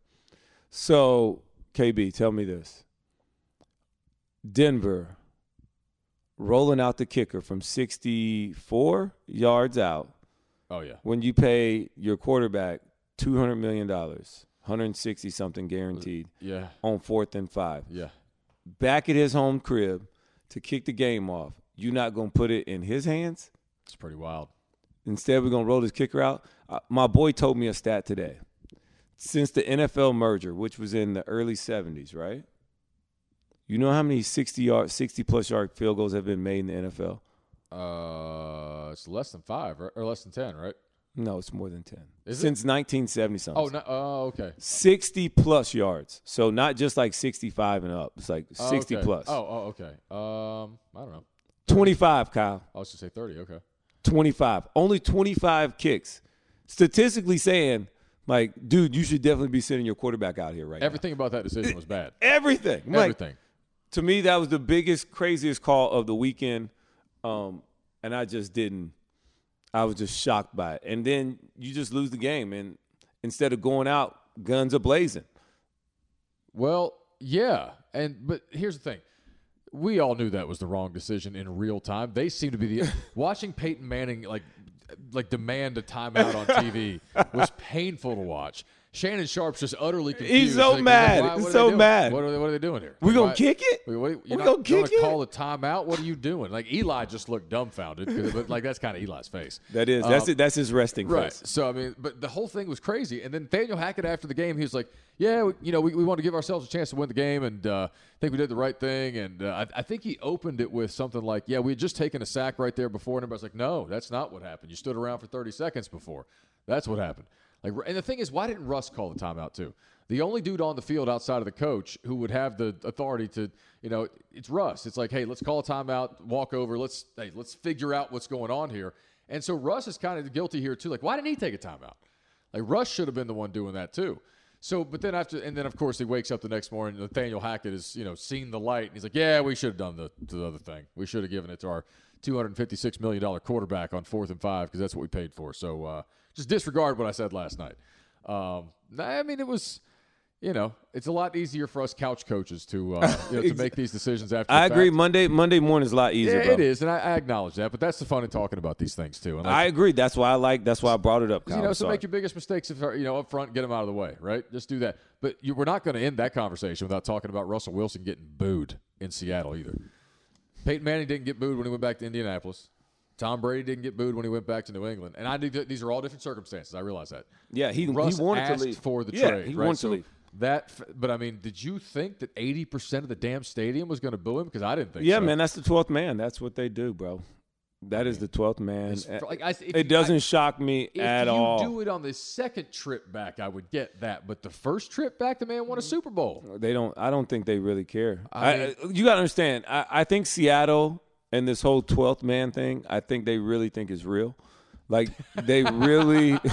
Speaker 2: So, KB, tell me this: Denver rolling out the kicker from 64 yards out
Speaker 1: Oh yeah,
Speaker 2: when you pay your quarterback 200 million dollars, 160 something guaranteed
Speaker 1: yeah,
Speaker 2: on fourth and five
Speaker 1: yeah.
Speaker 2: back at his home crib to kick the game off. You're not going to put it in his hands.
Speaker 1: It's pretty wild.
Speaker 2: Instead, we're going to roll this kicker out. Uh, my boy told me a stat today. Since the NFL merger, which was in the early 70s, right? You know how many 60 yard, 60 plus yard field goals have been made in the NFL?
Speaker 1: Uh, it's less than five or, or less than ten, right?
Speaker 2: No, it's more than 10.
Speaker 1: Is it?
Speaker 2: Since 1970 something.
Speaker 1: Oh, no, oh, okay.
Speaker 2: 60 plus yards. So not just like 65 and up. It's like
Speaker 1: Oh,
Speaker 2: 60
Speaker 1: okay.
Speaker 2: plus.
Speaker 1: Oh, oh, okay. Um, I don't know.
Speaker 2: 25, Kyle.
Speaker 1: I was just say thirty. Okay.
Speaker 2: 25. Only 25 kicks. Statistically saying, like, dude, you should definitely be sending your quarterback out here right
Speaker 1: Everything about that decision was bad.
Speaker 2: now. Everything. I'm like,
Speaker 1: Everything.
Speaker 2: to me, that was the biggest, craziest call of the weekend. Um, and I just didn't. I was just shocked by it. And then you just lose the game. And instead of going out, guns are blazing.
Speaker 1: Well, yeah, and but here's the thing: we all knew that was the wrong decision in real time. They seem to be the watching Peyton Manning like like demand a timeout on TV was painful to watch. Shannon Sharp's just utterly confused.
Speaker 2: so
Speaker 1: Like,
Speaker 2: mad.
Speaker 1: why- what
Speaker 2: He's
Speaker 1: are they
Speaker 2: so
Speaker 1: doing?
Speaker 2: mad.
Speaker 1: What are they? What are they doing here?
Speaker 2: We gonna
Speaker 1: Why-
Speaker 2: kick it?
Speaker 1: Wait, what,
Speaker 2: We
Speaker 1: you're not
Speaker 2: gonna
Speaker 1: you're
Speaker 2: kick it?
Speaker 1: Call a timeout. What are you doing? Like Eli just looked dumbfounded, 'cause- but like that's kind of Eli's face.
Speaker 2: That is. That's it. That's his resting
Speaker 1: Uh, Right.
Speaker 2: place.
Speaker 1: So I mean, but the whole thing was crazy. And then Daniel Hackett after the game, he was like, "Yeah, we, you know, we, we want to give ourselves a chance to win the game, and uh, I think we did the right thing." And uh, I, I think he opened it with something like, "Yeah, we had just taken a sack right there before," and everybody's like, "No, that's not what happened. You stood around for 30 seconds before. That's what happened." Like, and the thing is, why didn't Russ call the timeout too? The only dude on the field outside of the coach who would have the authority to, you know, it's Russ. It's like, hey, let's call a timeout, walk over, let's hey, let's figure out what's going on here. And so Russ is kind of guilty here too. Like, why didn't he take a timeout? Like Russ should have been the one doing that too. So, but then after, and then of course he wakes up the next morning. Nathaniel Hackett has you know seen the light, and he's like, "Yeah, we should have done the, the other thing. We should have given it to our 256 million dollar quarterback on fourth and five because that's what we paid for." So, uh, just disregard what I said last night. Um, I mean, it was, you know, it's a lot easier for us couch coaches to uh, you know, to make these decisions after.
Speaker 2: I
Speaker 1: the
Speaker 2: agree.
Speaker 1: fact.
Speaker 2: Monday Monday morning is a lot easier.
Speaker 1: Yeah,
Speaker 2: bro.
Speaker 1: it is, and I, I acknowledge that. But that's the fun in talking about these things too. And like,
Speaker 2: I agree. That's why I like. That's why I brought it up. Kyle.
Speaker 1: you know,
Speaker 2: I'm
Speaker 1: so
Speaker 2: sorry.
Speaker 1: make your biggest mistakes if you know up front, get them out of the way, right? Just do that. But you, we're not going to end that conversation without talking about Russell Wilson getting booed in Seattle either. Peyton Manning didn't get booed when he went back to Indianapolis. Tom Brady didn't get booed when he went back to New England. And I knew that these are all different circumstances. I realize that.
Speaker 2: yeah, he, he
Speaker 1: Russ
Speaker 2: wanted
Speaker 1: asked
Speaker 2: to leave
Speaker 1: for the
Speaker 2: yeah,
Speaker 1: trade.
Speaker 2: He
Speaker 1: right?
Speaker 2: wanted
Speaker 1: So
Speaker 2: to leave.
Speaker 1: That, f- but I mean, did you think that eighty percent of the damn stadium was going to boo him? Because I didn't think.
Speaker 2: Yeah,
Speaker 1: so.
Speaker 2: man, that's the twelfth man. That's what they do, bro. That is the twelfth man.
Speaker 1: It's fr- like, I- if you- I-
Speaker 2: it doesn't shock me
Speaker 1: If
Speaker 2: at
Speaker 1: you
Speaker 2: all.
Speaker 1: do it on the second trip back, I would get that. But the first trip back, the man won a Super Bowl.
Speaker 2: They don't. I don't think they really care.
Speaker 1: I
Speaker 2: I
Speaker 1: mean-
Speaker 2: I- you gotta understand. I, I think Seattle and this whole twelfth man thing. I think they really think is real. Like they really.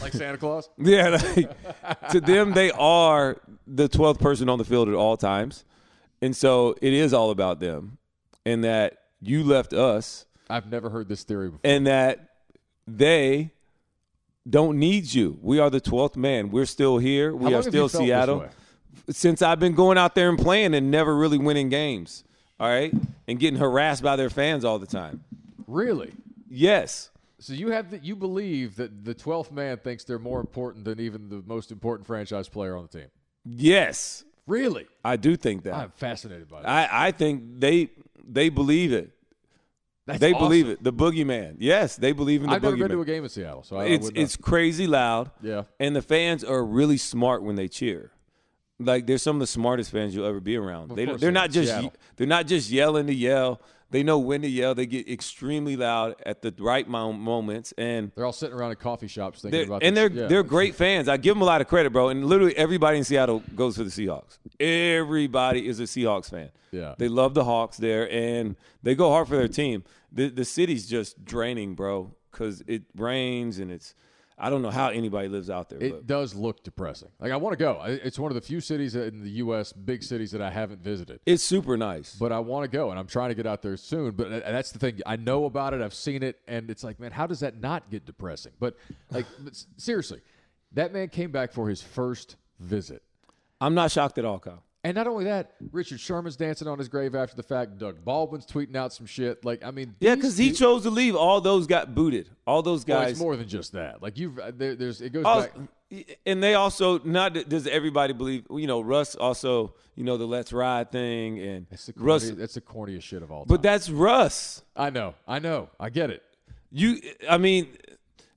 Speaker 1: like Santa Claus.
Speaker 2: Yeah, like, to them they are the twelfth person on the field at all times, and so it is all about them, and that you left us,
Speaker 1: I've never heard this theory before.
Speaker 2: and that they don't need you. We are the twelfth man. We're still here.
Speaker 1: How
Speaker 2: We
Speaker 1: long
Speaker 2: are
Speaker 1: have
Speaker 2: still
Speaker 1: you felt this
Speaker 2: Seattle.
Speaker 1: way?
Speaker 2: Since I've been going out there and playing and never really winning games, all right, and getting harassed by their fans all the time.
Speaker 1: Really?
Speaker 2: Yes.
Speaker 1: So you have that? You believe that the twelfth man thinks they're more important than even the most important franchise player on the team?
Speaker 2: Yes.
Speaker 1: Really?
Speaker 2: I do think that.
Speaker 1: I'm fascinated by that.
Speaker 2: I, I think they they believe it.
Speaker 1: That's
Speaker 2: they
Speaker 1: awesome.
Speaker 2: believe it. The boogeyman. Yes, they believe in the
Speaker 1: I've never
Speaker 2: boogeyman.
Speaker 1: been to a game in Seattle, so I, I
Speaker 2: it's
Speaker 1: would not.
Speaker 2: it's crazy loud.
Speaker 1: Yeah.
Speaker 2: And the fans are really smart when they cheer. Like they're some of the smartest fans you'll ever be around. They
Speaker 1: course
Speaker 2: they're
Speaker 1: they are.
Speaker 2: not just
Speaker 1: Seattle.
Speaker 2: they're not just yelling to yell. They know when to yell. They get extremely loud at the right mo- moments and
Speaker 1: they're all sitting around in coffee shops thinking
Speaker 2: they're,
Speaker 1: about
Speaker 2: and they're
Speaker 1: this. Yeah.
Speaker 2: they're great fans. I give them a lot of credit, bro. And literally everybody in Seattle goes for the Seahawks. Everybody is a Seahawks fan.
Speaker 1: Yeah.
Speaker 2: they love the Hawks there, and they go hard for their team. the The city's just draining, bro, because it rains and it's. I don't know how anybody lives out there.
Speaker 1: It does look depressing. Like I want to go. I- It's one of the few cities in the U.S. big cities that I haven't visited.
Speaker 2: It's super nice.
Speaker 1: But I want to go, and I'm trying to get out there soon. But uh, that's the thing. I know about it. I've seen it, and it's like, man, how does that not get depressing? But like, but s- seriously, that man came back for his first visit,
Speaker 2: I'm not shocked at all, Kyle.
Speaker 1: and not only that, Richard Sherman's dancing on his grave after the fact. Doug Baldwin's tweeting out some shit. Like, I mean,
Speaker 2: Yeah,
Speaker 1: these
Speaker 2: because he
Speaker 1: dudes-
Speaker 2: chose to leave. All those got booted. All those
Speaker 1: Well,
Speaker 2: guys. Oh,
Speaker 1: it's more than just that. Like you've uh, there, there's it goes
Speaker 2: Also-
Speaker 1: back.
Speaker 2: and they also not that- does everybody believe you know Russ also you know the let's ride thing and
Speaker 1: That's the,
Speaker 2: Russ
Speaker 1: corny, that's the corniest shit of all time.
Speaker 2: but that's Russ
Speaker 1: I know, I know, I get it.
Speaker 2: you I mean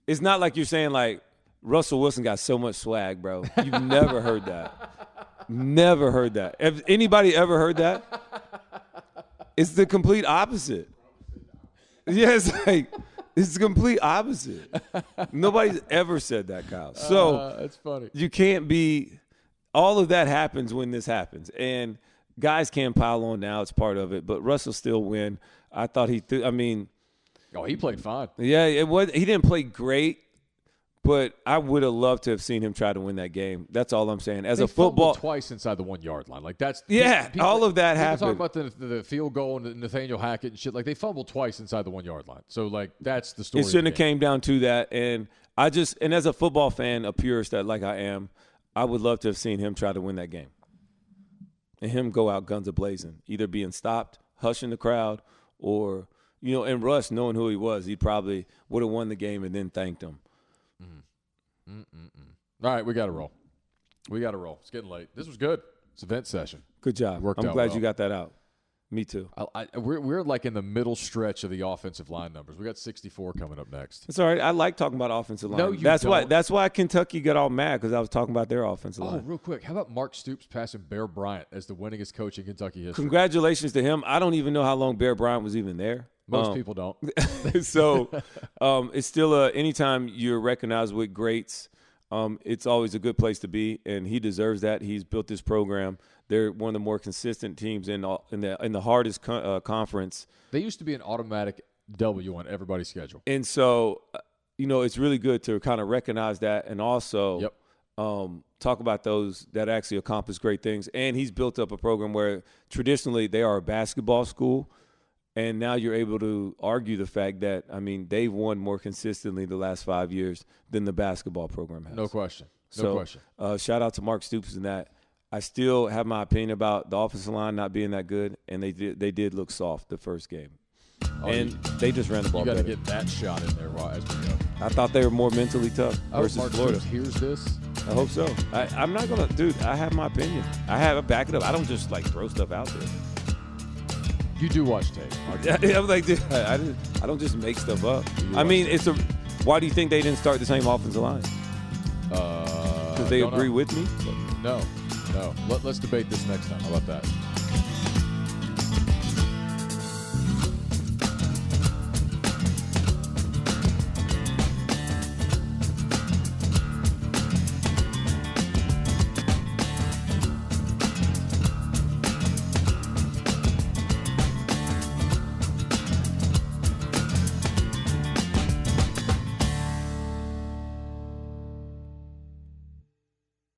Speaker 2: it's not like you're saying like Russell Wilson got so much swag bro you've never heard that never heard that have anybody ever heard that it's the complete opposite yeah it's like It's the complete opposite. Nobody's ever said that, Kyle. So
Speaker 1: Uh, that's funny.
Speaker 2: you can't be. All of that happens when this happens, and guys can pile on now. It's part of it, but Russell still win. I thought he. Th- I mean,
Speaker 1: Oh, he played fine.
Speaker 2: yeah, it was. He didn't play great, but I would have loved to have seen him try to win that game. That's all I'm saying. As
Speaker 1: They
Speaker 2: a football,
Speaker 1: fumbled twice inside the one yard line. Like that's
Speaker 2: Yeah, all of that
Speaker 1: people
Speaker 2: happened.
Speaker 1: Talk about the, the field goal and Nathaniel Hackett and shit. Like they fumbled twice inside the one yard line. So like that's the story.
Speaker 2: it
Speaker 1: of the
Speaker 2: shouldn't have
Speaker 1: game.
Speaker 2: came down to that. And I just, and as a football fan, a purist that like I am, I would love to have seen him try to win that game, and him go out guns a blazing, either being stopped, hushing the crowd, or you know, and Russ knowing who he was, he probably would have won the game and then thanked him.
Speaker 1: All right, we got to roll. We got to roll. It's getting late. This was good. It's event session.
Speaker 2: Good job.
Speaker 1: Worked
Speaker 2: I'm
Speaker 1: out
Speaker 2: glad
Speaker 1: well.
Speaker 2: you got that out. Me too.
Speaker 1: I, I, we're we're like in the middle stretch of the offensive line numbers. We got 64 coming up next.
Speaker 2: It's all right. I like talking about offensive line.
Speaker 1: No, you
Speaker 2: that's why.
Speaker 1: don't.
Speaker 2: That's why Kentucky got all mad because I was talking about their offensive
Speaker 1: Oh,
Speaker 2: line.
Speaker 1: real quick, how about Mark Stoops passing Bear Bryant as the winningest coach in Kentucky history?
Speaker 2: Congratulations to him. I don't even know how long Bear Bryant was even there.
Speaker 1: Most
Speaker 2: Um,
Speaker 1: people don't.
Speaker 2: so um, it's still a anytime you're recognized with greats um, it's always a good place to be and he deserves that he's built this program they're one of the more consistent teams in all, in the in the hardest con- uh, conference
Speaker 1: They used to be an automatic W on everybody's schedule.
Speaker 2: and so uh, you know it's really good to kind of recognize that and also
Speaker 1: Yep.
Speaker 2: um, talk about those that actually accomplish great things and he's built up a program where traditionally they are a basketball school and now you're able to argue the fact that I mean they've won more consistently the last five years than the basketball program has.
Speaker 1: No question. No
Speaker 2: so,
Speaker 1: question.
Speaker 2: Uh, shout out to Mark Stoops and that. I still have my opinion about the offensive line not being that good, and they did they did look soft the first game,
Speaker 1: Oh,
Speaker 2: and they just ran the ball
Speaker 1: You got
Speaker 2: better.
Speaker 1: to get that shot in there while, as we go.
Speaker 2: I thought they were more mentally tough
Speaker 1: I hope
Speaker 2: versus
Speaker 1: Mark
Speaker 2: Florida.
Speaker 1: Stoops hears this.
Speaker 2: I hope so. I, I'm not gonna, dude. I have my opinion. I have I back it up. I don't just like throw stuff out there.
Speaker 1: You do watch tape.
Speaker 2: Yeah, I'm like, dude, I, I, didn't, I don't just make stuff up.
Speaker 1: You
Speaker 2: I
Speaker 1: are.
Speaker 2: mean, it's a. Why do you think they didn't start the same offensive line?
Speaker 1: Uh,
Speaker 2: Because they
Speaker 1: don't
Speaker 2: agree
Speaker 1: know.
Speaker 2: with me.
Speaker 1: No, no. Let, let's debate this next time. How about that?